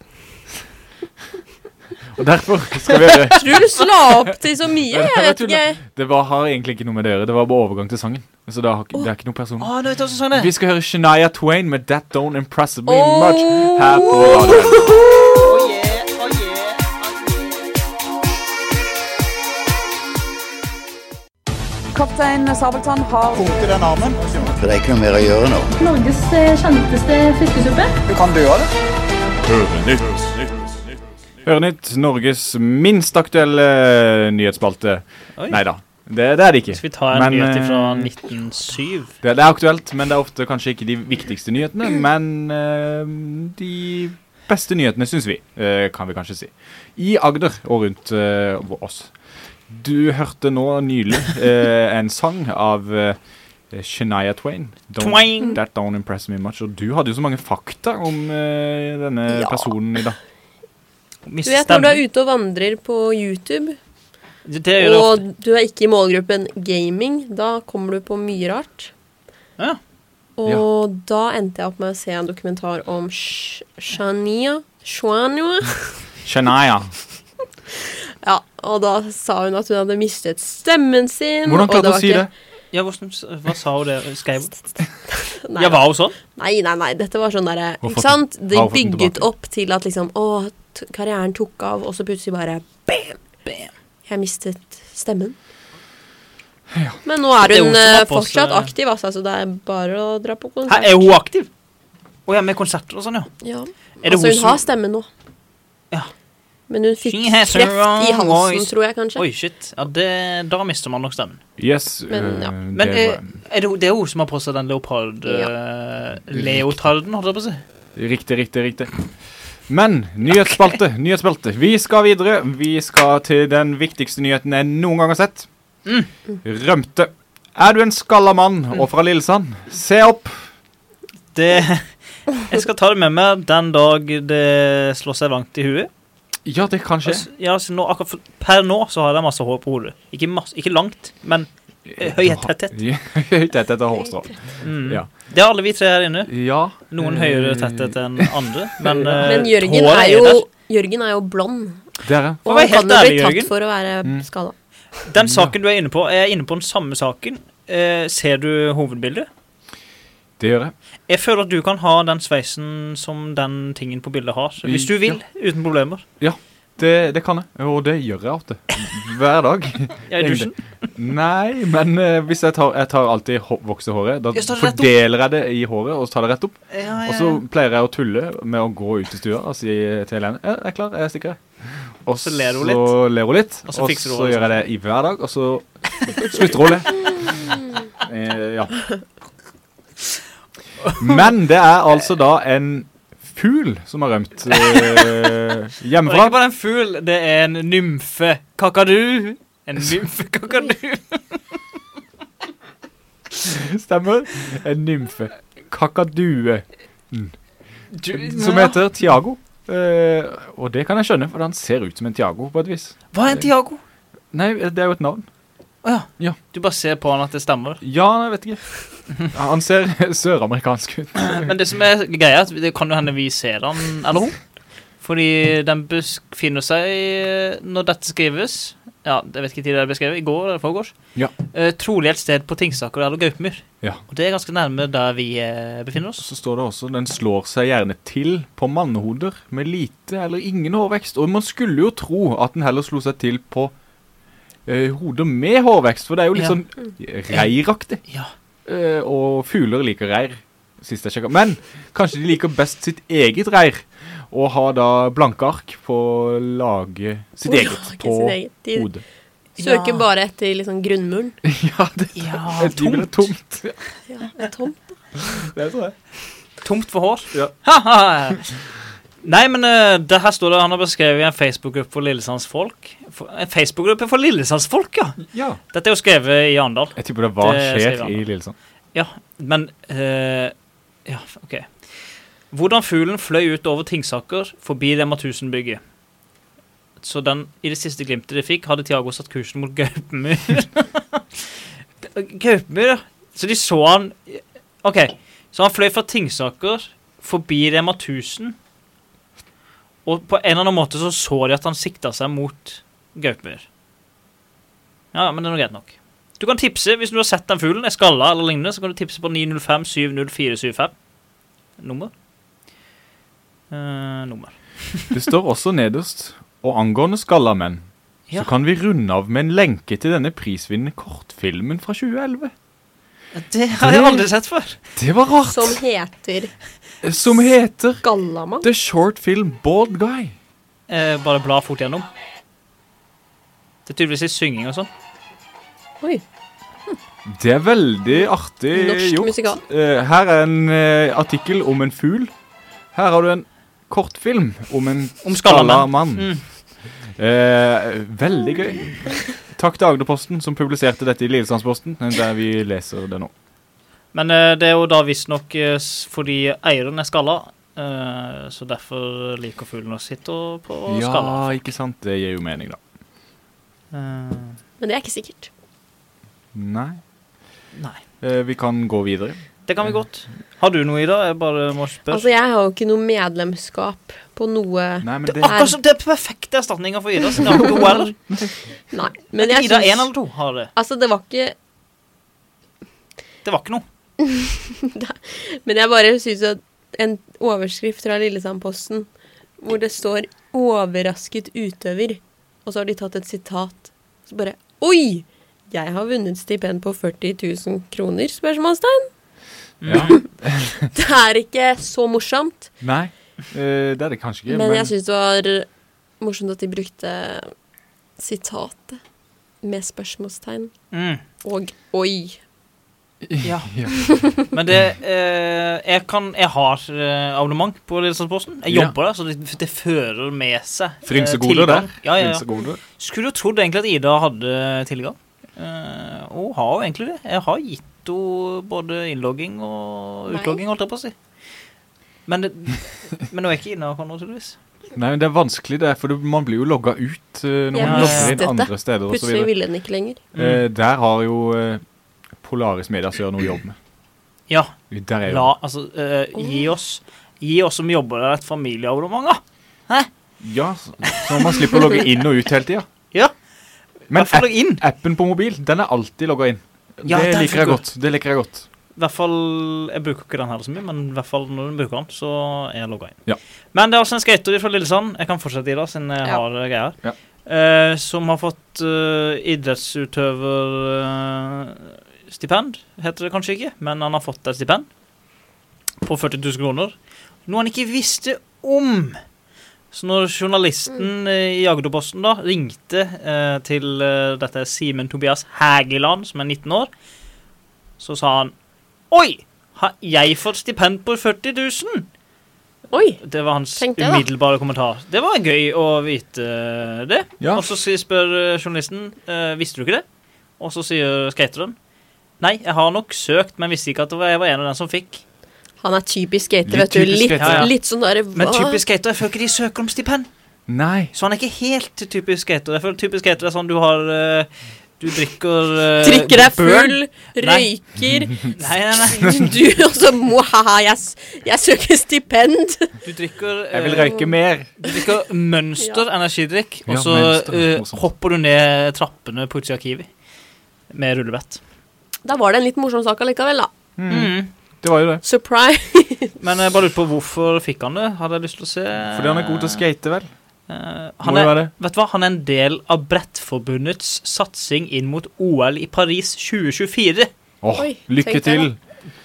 Og derfor skal vi gjøre Truls la opp til så mye, jeg Jeg vet tuller. ikke. Det var, har egentlig ikke noe med dere, det var bare overgang til sangen. Så det, har, ikke- det er ikke noe personlig. Å, nå vet jeg også sånn det. Vi skal høre Shania Twain med That Don't Impress Me Åh. Much her på radioen. Kaptein Sabeltann har For det er ikke noe mer å gjøre nå. Norges eh, kjenteste fiskesuppe. Hørenytt, Norges minst aktuelle eh, nyhetsspalte. Oi. Nei da, det, det er det ikke. Skal vi ta en Men, nyhet fra eh, 1907? Det, det er aktuelt, men det er ofte kanskje ikke de viktigste nyhetene. Men eh, de beste nyhetene, syns vi, eh, kan vi kanskje si. I Agder og rundt eh, hvor- oss. Du hørte nå nylig eh, en sang av eh, Shania Twain. Don't, Twain. That don't impress me much. Og du hadde jo så mange fakta om eh, denne Ja. personen i dag. Du vet når du er ute og vandrer på YouTube, Det, det gjør det ofte. og du er ikke i målgruppen gaming, da kommer du på mye rart. Ja. Og Ja. da endte jeg opp med å se en dokumentar om Sh Shania Shania. Shania. Ja, og da sa hun at hun hadde mistet stemmen sin. Hvordan og klarte var du å si ikke- det? Ja, hvordan, hva sa hun det? Skrev hun? Nei, Ja, var hun sånn? Nei, nei, nei, dette var sånn derre Har Ikke fått sant? den- De har fått den bygget tilbake. opp til at liksom Å, t karrieren tok av, og så plutselig bare Bam! Bam! Jeg mistet stemmen. Men nå er Det er hun hun som eh, har på seg- fortsatt aktiv, altså, så det er bare å dra på Hæ, konsert. er hun aktiv? Å ja, med konserter og sånn, ja. Ja. Er det altså, hun hun som- har stemme nå. Ja. Men hun fikk She has kreft a i wrong halsen, voice. tror jeg kanskje. Oi, shit. Ja, det, da mister man nok stemmen. Yes. Men, ja. eh, Men det eh, er det, hun- det er hun som har på seg den leopard... Ja. eh, leotarden, holdt jeg på å si. Riktig, riktig, riktig. Men nyhetsspalte, nyhetsspalte. Vi skal videre. Vi skal til den viktigste nyheten jeg noen gang har sett. Mm. Rømte. Er du en skalla mann og fra Lillesand? Se opp! Det Jeg skal ta det med meg den dag det slår seg langt i huet. Ja, det kan skje. Altså, ja, altså, nå, akkurat for, per nå så har jeg masse hår på hodet. Ikke, masse, ikke langt, men eh, høyhet, tetthet. Høyt tett etter hårstrå. Mm. Ja. Det er alle vi tre her inne. Ja. Noen eh, høyere tetthet enn andre, men, eh, Men Jørgen håret er jo, der. Jørgen er jo blond, Eh, Dere. For å og være han kan helt jo ærlig, bli tatt Jørgen. for å være Mm. skada. Den saken du er inne på, jeg er inne på den samme saken. Eh, ser du hovedbildet? Det gjør jeg. Jeg føler at du kan ha den sveisen som den tingen på bildet har. Mm, Så Hvis du vil, uten problemer. Det, det kan jeg. Og det gjør jeg ofte. Hver dag. Ja, i dusjen. Nei, men eh, hvis jeg tar, jeg tar alltid hå- vokser håret, da Ja, så tar det rett opp. fordeler jeg det i håret og så tar det rett opp. Ja, Og så pleier jeg å tulle med å gå ut i stua og si til Helene «Ja, Jeg er klar, jeg stikker. Og Så ler hun så ler hun litt, Og så fikser hun så det. gjør jeg det i hver dag, og så slutter hun å le. Eh, ja. Men det er altså da en fugl som har rømt eh, Og det er ikke hjemmefra. bare en fugl, det er en nymfe kakadu. En nymfe kakadu. Stemmer. En nymfe. Kakadue. Som heter Tiago. Eh, og det kan jeg skjønne, for han ser ut som en Tiago på et vis. Hva er en Tiago? Nei, eh, det er jo et navn. Å ja. Ja. Du bare ser på han at det stemmer. Ja, jeg vet ikke. Han ser søramerikansk ut. Men det som er greia, er at det kan jo hende vi ser han, eller hun. Fordi den befinner seg eh, når dette skrives Ja, jeg vet ikke tid det er beskrevet. I går eller forgårs. Ja. Eh, trolig et sted på Tingsaker eller Gaupemyr. Ja. Og det er ganske nærme der vi eh, befinner oss. Så står det også den slår seg gjerne til på mannehoder med lite eller ingen hårvekst. Og man skulle jo tro at den heller slo seg til på eh, hoder med hårvekst, for det er jo litt Ja. sånn reiraktig. Ja. Eh, og fugler liker reir, sist jeg sjekka. Men kanskje de liker best sitt eget reir, og har da blanke ark på å lage sitt Å eget lage på sitt eget. De- hodet. Søker Ja. bare etter liksom grunnmuren. Ja, det Ja, de vil ha tomt. Ja, Ja, det er tomt. det tror jeg. Tomt for hår. Ja. Haha. Nei, men eh, det her står det han har beskrevet i en Facebook-gruppe for Lillesandsfolk. For, en Facebook-gruppe for Lillesandsfolk, ja! Ja. Dette er jo skrevet i Arendal. Jeg tipper det hva Det skjer skriver han. i Lillesand. Ja, men eh, Ja, OK. Hvordan fuglen fløy ut over Tingsaker, forbi Rema 1000-bygget. Så den, i det siste glimtet de fikk, hadde Tiago satt kursen mot Gaupemyr. Gaupemyr, ja. Så de så han OK. Så han fløy fra Tingsaker, forbi Rema 1000, Og på en eller annen måte så så de at han sikta seg mot gauper. Ja, men det er nå greit nok. Du kan tipse hvis du har sett den fuglen, er skalla eller lignende, så kan du tipse på 905 70475. Nummer. Eh, nummer. Det står også nederst Og angående skalla menn, Ja. så kan vi runde av med en lenke til denne prisvinnende kortfilmen fra 2011. Det har jeg aldri sett før. Det var rart! Som heter Som heter Gallamann. The Short Film Bald Guy. Eh, bare bla fort gjennom. Det er tydeligvis litt synging og sånn. Oi. Det er veldig artig Norsk gjort. musikal. Eh, her er en eh, artikkel om en fugl. Her har du en kortfilm om en Om skalla skalla mann. Eh, veldig gøy. Takk til Agderposten, som publiserte dette i Lillestrandsposten, der vi leser det nå. Men eh, det er jo da visstnok eh, s- fordi eieren er skalla, eh, så derfor liker fuglen å sitte og- på skalla. Ja, ikke sant? Det gir jo mening, da. Eh, Men det er ikke sikkert. Nei. nei. Eh, vi kan gå videre. Det kan vi godt. Har du noe, Ida? Jeg bare må spørre. Altså, jeg har jo ikke noe medlemskap på noe Nei, men det, det, er akkurat som det er perfekte erstatninger for Ida. Siden hun er her. Nei. Men jeg Ida én syns eller to har det. Altså, det var ikke Det var ikke noe. Men jeg bare syns at en overskrift fra Lillesandposten hvor det står 'overrasket utøver', og så har de tatt et sitat, så bare Oi! Jeg har vunnet stipend på 40 000 kroner, spørsmålstegn. ja. Det er ikke så morsomt, Nei, eh, det er det kanskje ikke. men jeg syns det var morsomt at de brukte sitatet med spørsmålstegn Mm. og 'oi'. Ja. Men det eh, jeg, kan, jeg har eh, abonnement på Lillesandposten. Jeg Ja. jobber der, så det, det fører med seg eh, Frynsegoder tilgang. der. Ja, ja, ja. Frynsegoder. Skulle jo trodd egentlig at Ida hadde tilgang. Eh, og har jo egentlig det. Jeg har gitt henne både innlogging og Nei. utlogging, holdt jeg på å si. Men, det, men nå er jeg ikke inne akkurat nå, tydeligvis. Nei, men det er vanskelig, det, for du- man blir jo logga ut eh, når Jeg man logger mistet inn det. andre steder og så Plutselig videre. ville den ikke lenger. Eh, der har jo eh, Polaris Media Sør noe jobb med. Ja. Der er jo La, altså, eh, gi oss Gi oss som jobber der, et familieabonnement, da. Ja, så så man slipper å logge inn og ut hele tida. Ja. I Men hvert app, fall logg inn. appen på mobil, den er alltid logga inn. Ja, det liker den jeg funker. godt. Det liker jeg godt. I hvert fall, Jeg bruker ikke den her så mye, men i hvert fall når du bruker den, så er jeg logga inn. Ja. Men det er også en skater fra Lillesand, jeg kan fortsette i dag, siden jeg Ja. har eh, greier, Ja. eh, som har fått eh, idrettsutøverstipend, heter det kanskje ikke, men han har fått et stipend på 40 000 kroner. Noe han ikke visste om. Så når journalisten eh, i Agderposten da ringte eh, til eh, dette er Simen Tobias Hægeland, som er 19 år, så sa han Oi! Har jeg fått stipend på 40 000? Oi! Det var hans Tenkte jeg da. umiddelbare kommentar. Det var gøy å vite det. Ja. Og så sier- spør eh, journalisten eh, Visste du ikke det. Og så sier skateren Nei, jeg har nok søkt, men visste ikke at det var- jeg var en av den som fikk. Han er typisk skater, Litt vet du. typisk Litt, skater, ja. litt sånn derre Men hva? typisk skater, jeg føler ikke de søker om stipend. Nei. Så han er ikke helt typisk skater. Jeg føler typisk skater er sånn du har eh, Du drikker eh, Drikker deg burn. full, Nei. røyker Nei, nei, nei. Du, og så må Haha, jeg, s- jeg søker stipend. Du drikker Jeg vil eh, røyke mer. Du drikker mønster energidrikk, og Ja, så Mønster, eh, morsomt. hopper du ned trappene på utsida av Kiwi med rullebett. Da var det en litt morsom sak allikevel, da. Mm. Hmm, Det var jo det. Surprise. Men jeg bare lurer på hvorfor fikk han det? Hadde jeg lyst til å se. Fordi han er god til å skate, vel. Eh, Må han jo er, være det. vet du hva? Han er en del av Brettforbundets satsing inn mot OL i Paris 2024. Åh, Oi, lykke tenkte jeg til.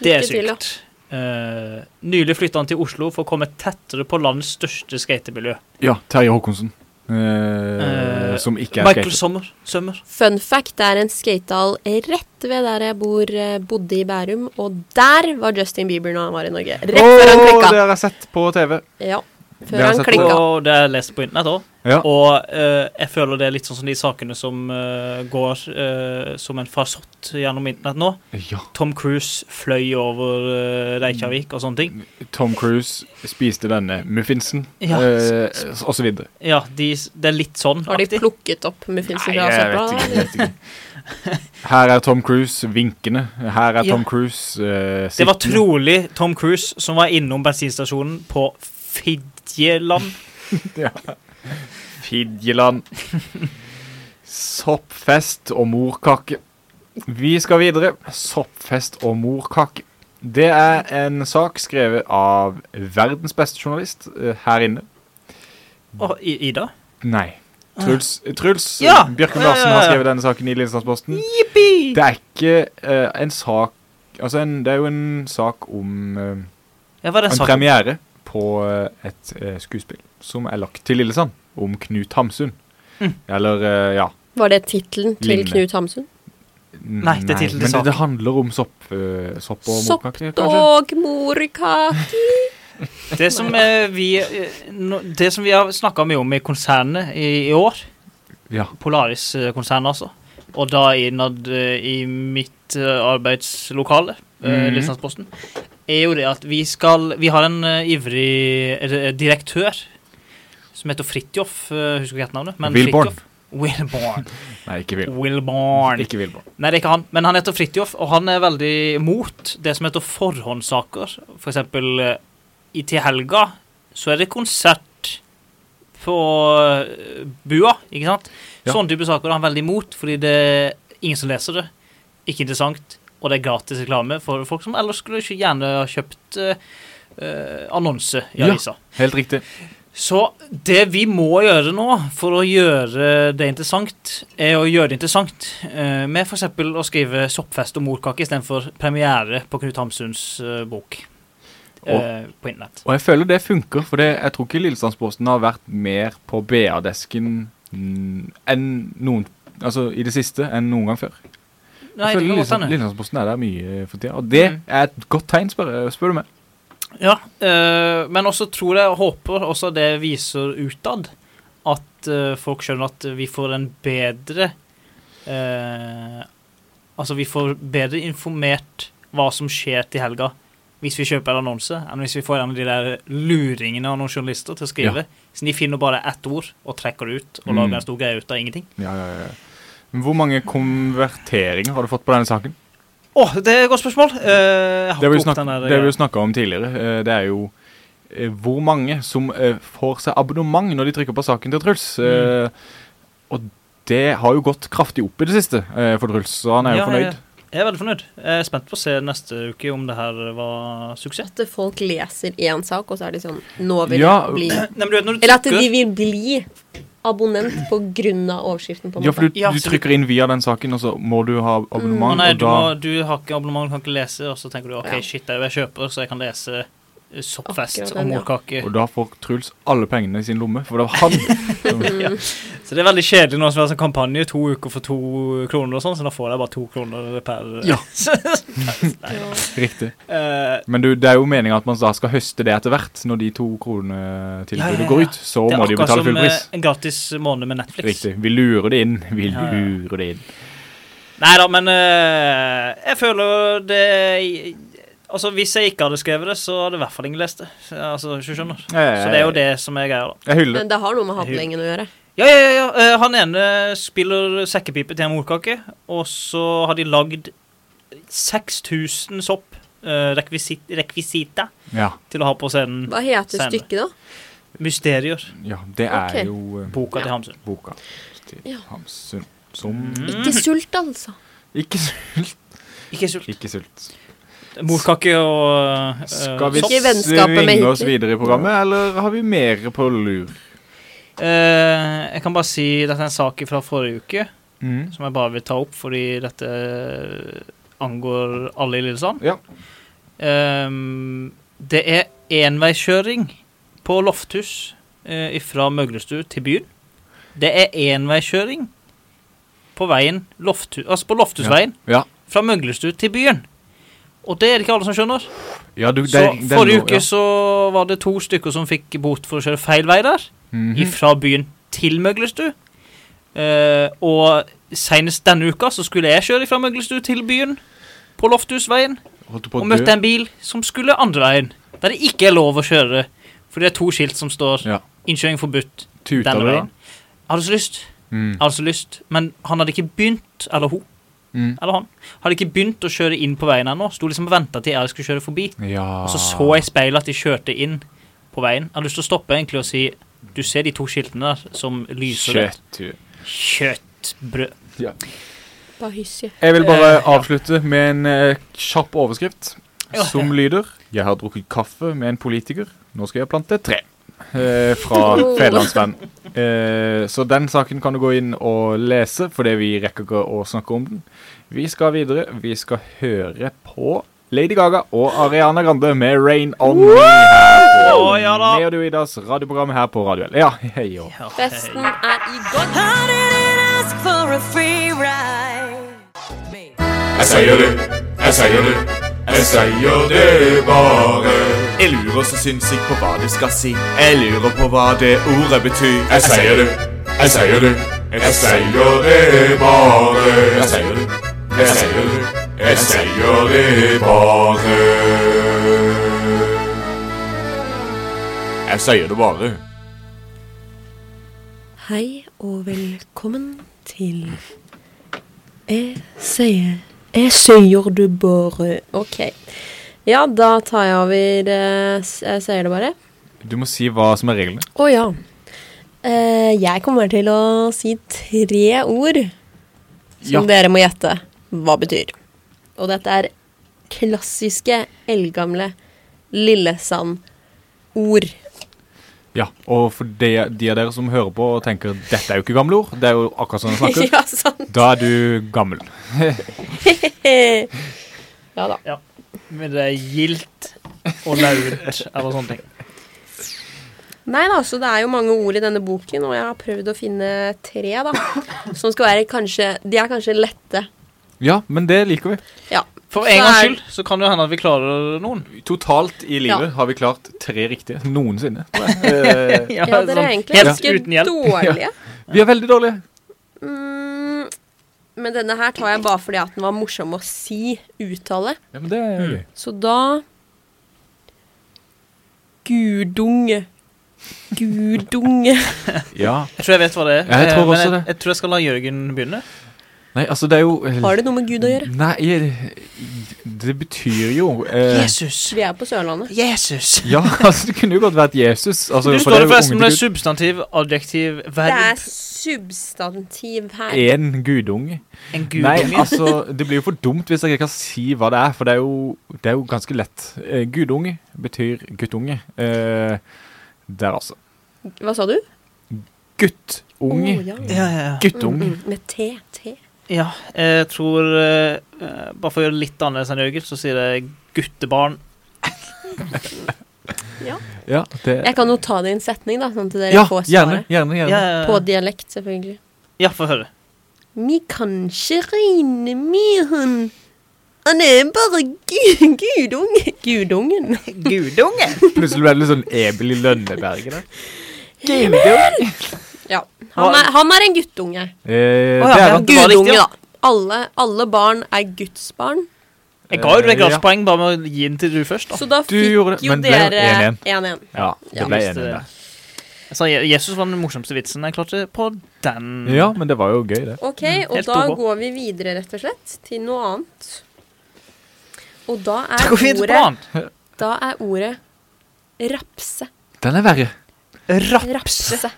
Det er Lykke til, ja. sykt. Eh, nylig flytta han til Oslo for å komme tettere på landets største skatemiljø. Ja, Terje Håkonsen. Eh, Eh, som ikke er Michael skater. Sommer. Sømmer. Fun fact, det er en skatehall rett ved der jeg bor, eh, bodde i Bærum, og der var Justin Bieber når han var i Norge. Rett før han Åh, det klikka. har jeg sett på TV. Ja, Det før har jeg han sett på. klikka. Og det har jeg lest på internett òg. Ja. Og eh, jeg føler det er litt sånn som de sakene som eh, går eh, som en fasott gjennom internett nå. ja. Tom Cruise fløy over eh, Reykjavik og sånne ting. Tom Cruise spiste denne muffinsen, Ja. eh, og så videre. Ja, de, det er litt sånn Har de aktig. plukket opp muffinsen fra altså ikke, søpla? vet ikke. Her er Tom Cruise vinkende. Her er Ja. Tom Cruise eh, Det var sittende. trolig Tom Cruise som var innom bensinstasjonen på Fidjeland Fidjeland. Soppfest og morkake. Vi skal videre. Soppfest og morkake. Det er en sak skrevet av verdens beste journalist eh, her inne. Og I- Ida? Nei. Truls, Truls Ja! Bjørkum Ja, ja, Larsen ja, har ja. skrevet denne saken i Lillesandsposten. Det er ikke eh, en sak Altså, en, det er jo en sak om eh, Ja, var det en saken? premiere på eh, et eh, skuespill som er lagt til Lillesand, om Knut Hamsun. Mm. Eller eh, ja. Var det tittelen til Lignende. Knut Hamsun? Nei, det er tittelen til men saken. det, det handler om sopp, eh, sopp og Sopp morkake, kanskje? Dog, morkake Det som, eh, vi, eh, nå- det som vi har snakka mye om i konsernet i, i år, Ja. Polaris-konsernet altså, og da innad eh, i mitt eh, arbeidslokale, mm. Mhm. Lillesandsposten, er jo det at vi skal Vi har en eh, ivrig eh, direktør som heter Fridtjof, eh, husker ikke helt navnet. men Wilborn. Fridtjof- Wilborn. Nei, ikke Vil. Wilborn. Ikke Vilborn. Nei, det er ikke han, men han heter Fridtjof, og han er veldig mot det som heter forhåndssaker. For eksempel eh, i til helga så er det konsert på eh, Bua, ikke sant? Ja. Sånne type saker er han veldig imot, fordi det er ingen som leser det. Ikke interessant, og det er gratis reklame for folk som ellers skulle ikke gjerne ha kjøpt eh, eh, annonse i Ja. avisa. Helt riktig. Så det vi må gjøre nå for å gjøre det interessant, er å gjøre det interessant eh, med f.eks. å skrive 'Soppfest og morkake' istedenfor premiere på Knut Hamsuns eh, bok eh, på internett. Og jeg føler det funker, for det, jeg tror ikke Lillesandsposten har vært mer på BA-desken mm, enn noen Altså i det siste enn noen gang før. Nei, jeg det føler kan godt Lillesands- hende. Lillesandsposten er der mye for tida, og det Mm. er et godt tegn, spør, spør du meg. Ja, eh, men også tror jeg og håper også det viser utad at eh, folk skjønner at vi får en bedre eh, Altså vi får bedre informert hva som skjer til helga hvis vi kjøper en annonse, enn hvis vi får en av de der luringene av noen journalister til å skrive. Så de finner bare ett ord og trekker det ut og Mm. lager en stor greie ut av ingenting. Ja, ja, ja. Men Hvor mange konverteringer har du fått på denne saken? Å, det er et godt spørsmål! Eh, jeg har Det har vi jo ikke opp snak- den der- det har vi jo snakka om tidligere. Eh, Det er jo eh, hvor mange som eh, får seg abonnement når de trykker på saken til Truls. Mm. Eh, Og det har jo gått kraftig opp i det siste eh, for Truls, så han er jo Ja, eh, fornøyd. Jeg, jeg er veldig fornøyd. Jeg er spent på å se neste uke om det her var suksess. At folk leser én sak, og så er de sånn Nå vil Ja. jeg bli Nei, men du vet når du Eller at trykker- de vil bli abonnent på grunn av overskriften, på en Ja, for måte. du, Ja, du så du- trykker inn via den saken, og så må du ha abonnement. Å nei, og du, da, må, du har ikke abonnement, du kan ikke lese, og så tenker du OK, Ja. shit, det er jo jeg kjøper, så jeg kan lese eh, Soppfest Akkurat og den, ja. morkake. og da får Truls alle pengene i sin lomme, for det var han. Så det er veldig kjedelig nå som vi har sånn kampanje, to uker for to kroner og sånn, så da får jeg bare to kroner per Ja. Nei, ja. Riktig. Eh, Men du, det er jo meninga at man da skal høste det etter hvert, når de to Ja, ja, kronetilbudet ja, går ja. ut. Så det er må de jo akkurat betale som full eh, pris. en gratis måned med Netflix. Riktig. Vi lurer det inn. Vi Ja, ja. lurer det inn. Nei da, men eh, jeg føler det Altså, hvis jeg ikke hadde skrevet det, så hadde jeg i hvert fall ingen lest det. Altså, hvis du skjønner. Så det er jo det som er greia, da. Jeg hyller. Men det har noe med hatlengen å gjøre. Ja, ja, ja, ja. Eh, Han ene spiller sekkepipe til en morkake, og så har de lagd 6000 sopp, eh, rekvisit, rekvisita, Ja, til å ha på scenen. Hva heter Senere. stykket, da? Mysterier. ja det er Ok. jo eh, Boka til Hamsun. boka til Ja. Hamsun. Som Mhm. Ikke sult, altså. Ikke sult. Ikke sult. Ikke sult. Morkake og eh, Skal vi sopp. Ikke vennskapet med svinge oss Hitler. videre i programmet, eller har vi mer på lur? Eh, jeg kan bare si dette er en sak fra forrige uke Mhm. som jeg bare vil ta opp fordi dette eh, angår alle i Lillesand. Ja. Ehm, det er enveiskjøring på Lofthus eh, fra Møglestuen til byen. Det er enveiskjøring på veien Lofthus, altså på Lofthusveien Ja. fra Møglestuen til byen. Og det er det ikke alle som skjønner. ja du, Så det- den forrige nå- uke så var det to stykker som fikk bot for å kjøre feil vei der Ja. Mhm. fra byen til Møglestu. Eh, og senest denne uka så skulle jeg kjøre fra Møglestu til byen, på Lofthusveien, Holdt du på å og dø? møtte en bil som skulle andre veien, der det ikke er lov å kjøre. For det er to skilt som står Ja. 'innkjøring forbudt' Tuta denne du, da? veien. Jeg hadde så lyst, Mm. jeg hadde så lyst, men han hadde ikke begynt, eller hun, Mm. eller han, hadde ikke begynt å kjøre inn på veien ennå. Sto liksom og venta til jeg skulle kjøre forbi. Ja Ah. Og så så jeg i speilet at de kjørte inn på veien. Jeg hadde lyst til å stoppe egentlig og si Du ser de to skiltene der som lyser der. Kjøtttur. Kjøttbrød. Bare hysje. Jeg vil bare avslutte med en eh, kjapp overskrift som lyder Jeg har drukket kaffe med en politiker. Nå skal jeg plante et tre. Eh, fra Federlandsvenn. Eh, så den saken kan du gå inn og lese, fordi vi rekker ikke å snakke om den. Vi skal videre. Vi skal høre på Lady Gaga og Ariana Grande med 'Rain On Me'. her på Å, ja da. Med og du, Idas radioprogram her på Radio L. Ja, hei og Festen er i gang. Jeg sier det, jeg sier det, jeg sier det bare. Jeg lurer så sinnssykt på hva det skal si. Jeg lurer på hva det ordet betyr. Jeg sier det, jeg sier det, jeg sier det bare. Jeg sier det, jeg sier det, jeg sier det bare. Jeg sier det bare. Hei og velkommen til Jeg sier Jeg sier du bare OK. Ja, da tar jeg over eh, s- Jeg sier det bare. Du må si hva som er reglene. Å ja. Eh, jeg kommer til å si tre ord som Ja. dere må gjette hva betyr. Og dette er klassiske, eldgamle Lillesand-ord. Ja, og for de, de av dere som hører på og tenker dette er jo ikke gamle ord, det er jo akkurat sånn jeg snakker, ja, sant. da er du gammel. ja da. Men det er gildt og laurt eller sånne ting. Nei da, så det er jo mange ord i denne boken, og jeg har prøvd å finne tre, da. Som skal være kanskje De er kanskje lette. Ja, men det liker vi. Ja. For Så en gangs er- skyld så kan det hende at vi klarer noen. Totalt i livet Ja. har vi klart tre riktige noensinne. tror jeg. Eh, Ja, Ja, dere er sånn egentlig ganske uten hjelp. dårlige. vi er veldig dårlige. Mm, men denne her tar jeg bare fordi at den var morsom å si, uttale. Ja, men det er gøy. Så da Gudunge. Gudunge. Ja. Jeg tror jeg vet hva det er. Ja, jeg eh, tror men også jeg, det. jeg tror jeg skal la Jørgen begynne. Nei, altså det er jo eh, Har det noe med Gud å gjøre? Nei, eh, det betyr jo eh, Jesus. Vi er på Sørlandet. Jesus. Ja, altså det kunne jo godt vært Jesus. Altså, Du for det står er det jo forresten unge med til substantiv, adjektiv, Det er verb, substantiv her. Gud. En gudunge. en Nei, gudunge. altså, det blir jo for dumt hvis jeg ikke kan si hva det er, for det er jo, det er jo ganske lett. Eh, gudunge betyr guttunge. Eh, der, altså. Hva sa du? Guttunge. Å, ja. Ja, ja, ja. Guttunge. Mm, mm, Med T. T. ja, jeg tror eh, eh, Bare for å gjøre det litt annerledes enn Jørgen, så sier jeg guttebarn. Ja, det mm. Jeg kan jo ta det i en setning, da, sånn at dere ja får gjerne, svaret. gjerne, Ja, gjerne. ja, På ja. dialekt, selvfølgelig. ja få høre. Vi kan ikke regne med han. Han er bare gu- gudunge. Gudungen. Gudunge? Plutselig ble det litt sånn Emil i Lønneberget der. Ja. Han er, han er en guttunge. Eh, det Å, ja, er ja, han. var riktig, Gudunge, ja. da. Alle, alle barn er Guds barn. Jeg ga jo deg Eh, ja. gradspoeng bare med å gi den til du først. da Så da Du gjorde det, fikk jo men ble jo dere 1-1. 1-1. Ja, Ja. det ble enig der. Så Je- Jesus var den morsomste vitsen. Jeg klarte på den. Ja, men det var jo gøy, det. Ok, og helt da ok. går vi videre, rett og slett, til noe annet. Og da Det er går fint på ordet, den. da er ordet rapse. Den er verre. Raps. Rapse.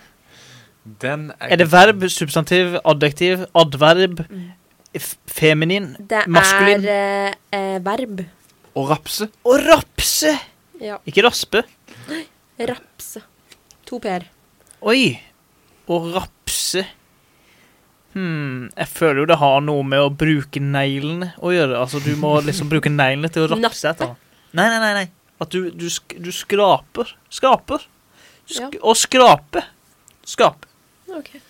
Den Er det verb, substantiv, adjektiv, adverb, f- feminin, Mm. Det maskulin er eh, eh, verb. Å rapse. Og rapse! Ja. Ikke raspe. Rapse. To p-er. Oi. Å rapse. Hmm, jeg føler jo det har noe med å bruke neglene å gjøre. Altså, du må liksom bruke neglene til å rapse Nappe. etter. den. Nei, nei, nei. nei. At du, du, sk du skraper. Skraper. Sk Å skrape. Skape. Ok.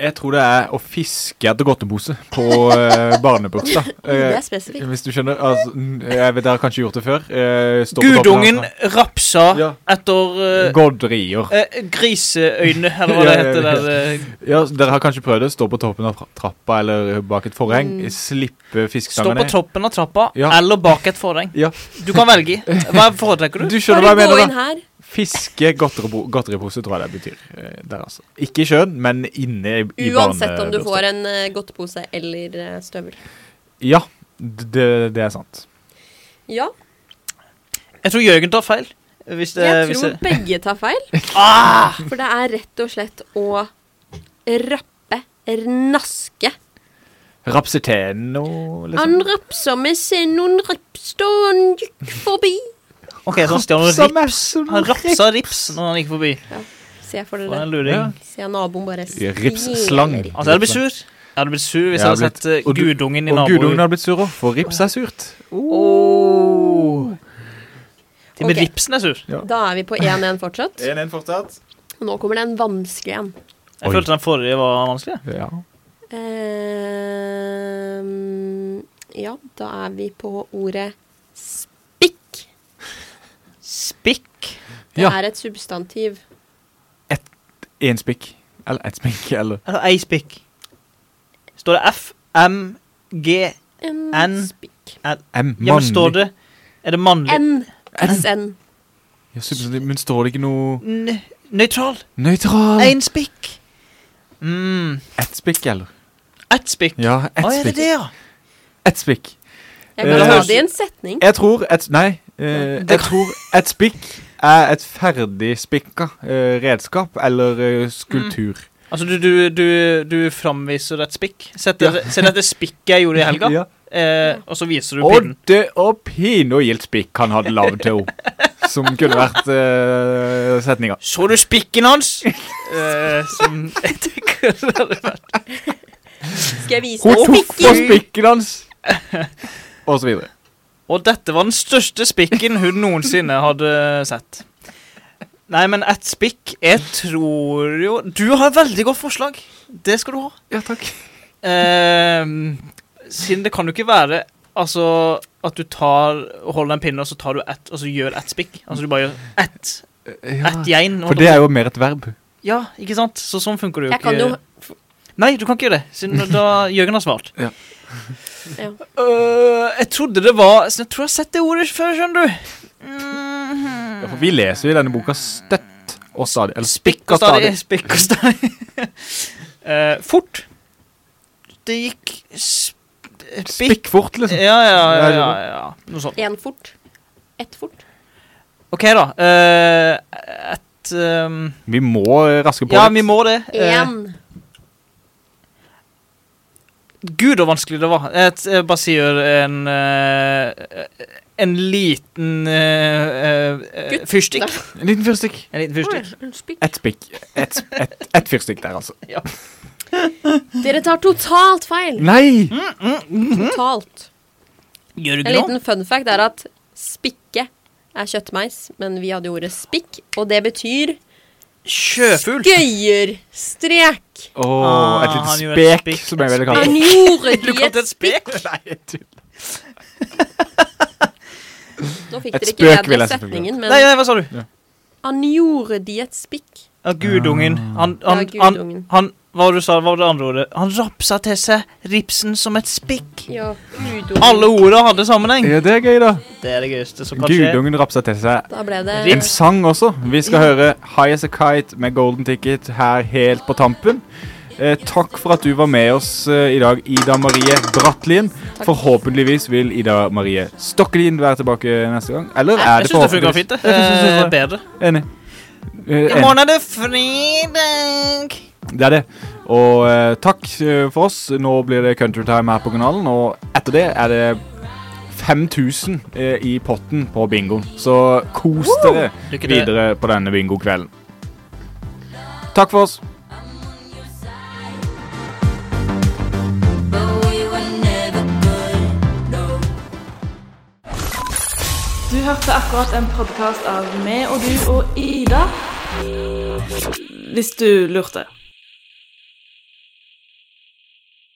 Jeg tror det er å fiske etter godtepose på eh, barnebursdag. Det er Eh, spesifikt. hvis du skjønner altså, n- Jeg vet dere har kanskje gjort det før. Eh, stå på toppen Gudungen av- rapsa Ja. etter eh, Godrier. eh, griseøyne, eller Ja, hva det ja, heter ja. der. eh, Ja, dere har kanskje prøvd det. Stå på toppen av tra- trappa eller bak et forheng. Mm. Slippe Stå fiskestanga på ned. toppen av trappa Ja. eller bak et forheng. Ja. Du kan velge. Hva foretrekker du? Du skjønner hva Bare jeg gå mener, inn da. her. Fiske godteribo- godteripose, tror jeg det betyr. eh, Der, altså. Ikke i sjøen, men inne i- i Uansett om du barnebursdag. får en eh, godtepose eller eh, støvel. Ja, d- det, det er sant. Ja. Jeg tror Jørgen tar feil. Hvis det, Jeg hvis tror det, begge tar feil. Ah! For det er rett og slett å rappe, naske. Rapseteno, liksom. Han rapser med sin noen rips da han gikk forbi. OK, så han stjal noen Som rips. er sånn Han rapsa rips når han gikk forbi. Ser for For dere en det. luring. Ser naboen bare Ripsslang. stjeler. Altså, jeg hadde blitt sur. Jeg hadde blitt sur hvis jeg Jeg hadde hadde sett eh, og du- gudungen i Og gudungen naboen. hadde blitt sur òg, for rips er surt. Til og med Ok. ripsen er sur. Da er vi på 1-1 fortsatt. 1-1 fortsatt. Og nå kommer det en vanskelig en. Jeg Oi. følte den forrige var vanskelig. Ja. Ehm, ja, da er vi på ordet spikk. Spikk. Det Ja. er et substantiv. Én spikk. Eller ett spikk, eller Eller ei spikk. Står det F, M, G En, En- spikk. M. Ja, men står det Er det mannlig? En SN. Ja, substantiv. Men står det ikke noe N- Nøytral. Nøytral? Én spikk. Mm. Ett spikk, eller? Ett spikk. Ja, ett Å, er det spikk. det, ja? Ett spikk. Jeg kan Eh, ta det i en setning. Jeg tror et Nei. eh, jeg tror et spikk er et ferdigspikka eh, redskap eller eh, skulptur. Altså, du, du, du, du framviser et spikk. Sett det, se dette spikket jeg gjorde i helga, Ja. eh, og så viser du Og pinnen. det og pine og gildt spikk han hadde lagd til henne. Som kunne vært eh, setninga. Så du spikken hans? eh, som jeg tenker det hadde vært. Skal jeg vise Hun deg tok på spikken? spikken hans! Og så videre. Og dette var den største spikken hun noensinne hadde sett. Nei, men ett spikk Jeg tror jo Du har et veldig godt forslag. Det skal du ha. Ja, takk. Eh, siden det kan jo ikke være Altså at du tar holder en pinne, og så tar du ett, og så gjør ett spikk. Altså du bare gjør ett. Ett gein. For det er jo mer et verb. Ja, ikke sant? Så sånn funker det jo Jeg kan ikke. jo Nei, du kan ikke gjøre det, siden da Jørgen har svart. Ja. Ja. Øh, jeg trodde det var Jeg tror jeg har sett det ordet før, skjønner du. Mm. Ja, for vi leser jo denne boka støtt og stadig. Eller Spikk og stadig. Spikk og stadig. Eh, fort. Det gikk sp spikk Spikkfort, liksom. Ja, ja, ja, ja, ja. Noe sånt. én fort. Ett fort. OK, da. Eh, et ehm, Vi må eh, raske på Ja, litt. vi må det. Eh, Én. Gud, så vanskelig det var. Jeg, t- jeg bare sier en eh, En liten eh, eh, Gutt. fyrstikk. En liten fyrstikk. En liten fyrstikk. En spikk. Ett spikk. Ett et, et fyrstikk der, altså. Dere tar totalt feil. Nei! Mm. Totalt. Gjør du En ikke noe? liten fun fact er at spikke er kjøttmeis, men vi hadde ordet spikk, og det betyr Sjøfugl. gøyerstrek. Åh, Ah, et han lite gjorde et spek, spikk. som jeg ville kalle Han det. gjorde Du det i kan et til et spek. Nei, jeg tuller. Nå fikk Et dere ikke spøk vil med dere jeg selvfølgelig. setningen, Nei, men nei, hva sa du? han gjorde de et spikk. Ja, gudungen. Ah. Han, han, Ja, han, gudungen. han Hva var det du sa, hva var det andre ordet? Han rapsa til seg ripsen som et spikk. Ja, Alle orda hadde sammenheng. Ja, det er gøy, da. Det er det gøyeste som kan skje. Gudungen rapsa til seg Da ble det Eh, en sang også. Vi skal høre High As A Kite med Golden Ticket her helt på tampen. Eh, takk for at du var med oss eh, i dag, Ida Marie Brattlien. Forhåpentligvis vil Ida Marie Stokkelien være tilbake neste gang. Eller er Jeg det syns det funka forhåpentligvis fint, det. Jeg synes det Eh, funker bra. bedre. Enig. Eh, I morgen er det fredag. enig. Det er det. Og eh, takk eh, for oss. Nå blir det countrytime her på kanalen, og etter det er det 5000 eh, i potten på bingoen. Så kos dere Lykke til. videre på denne bingokvelden. Takk for oss. Du hørte akkurat en podkast av meg og du og Ida. Hvis du lurte.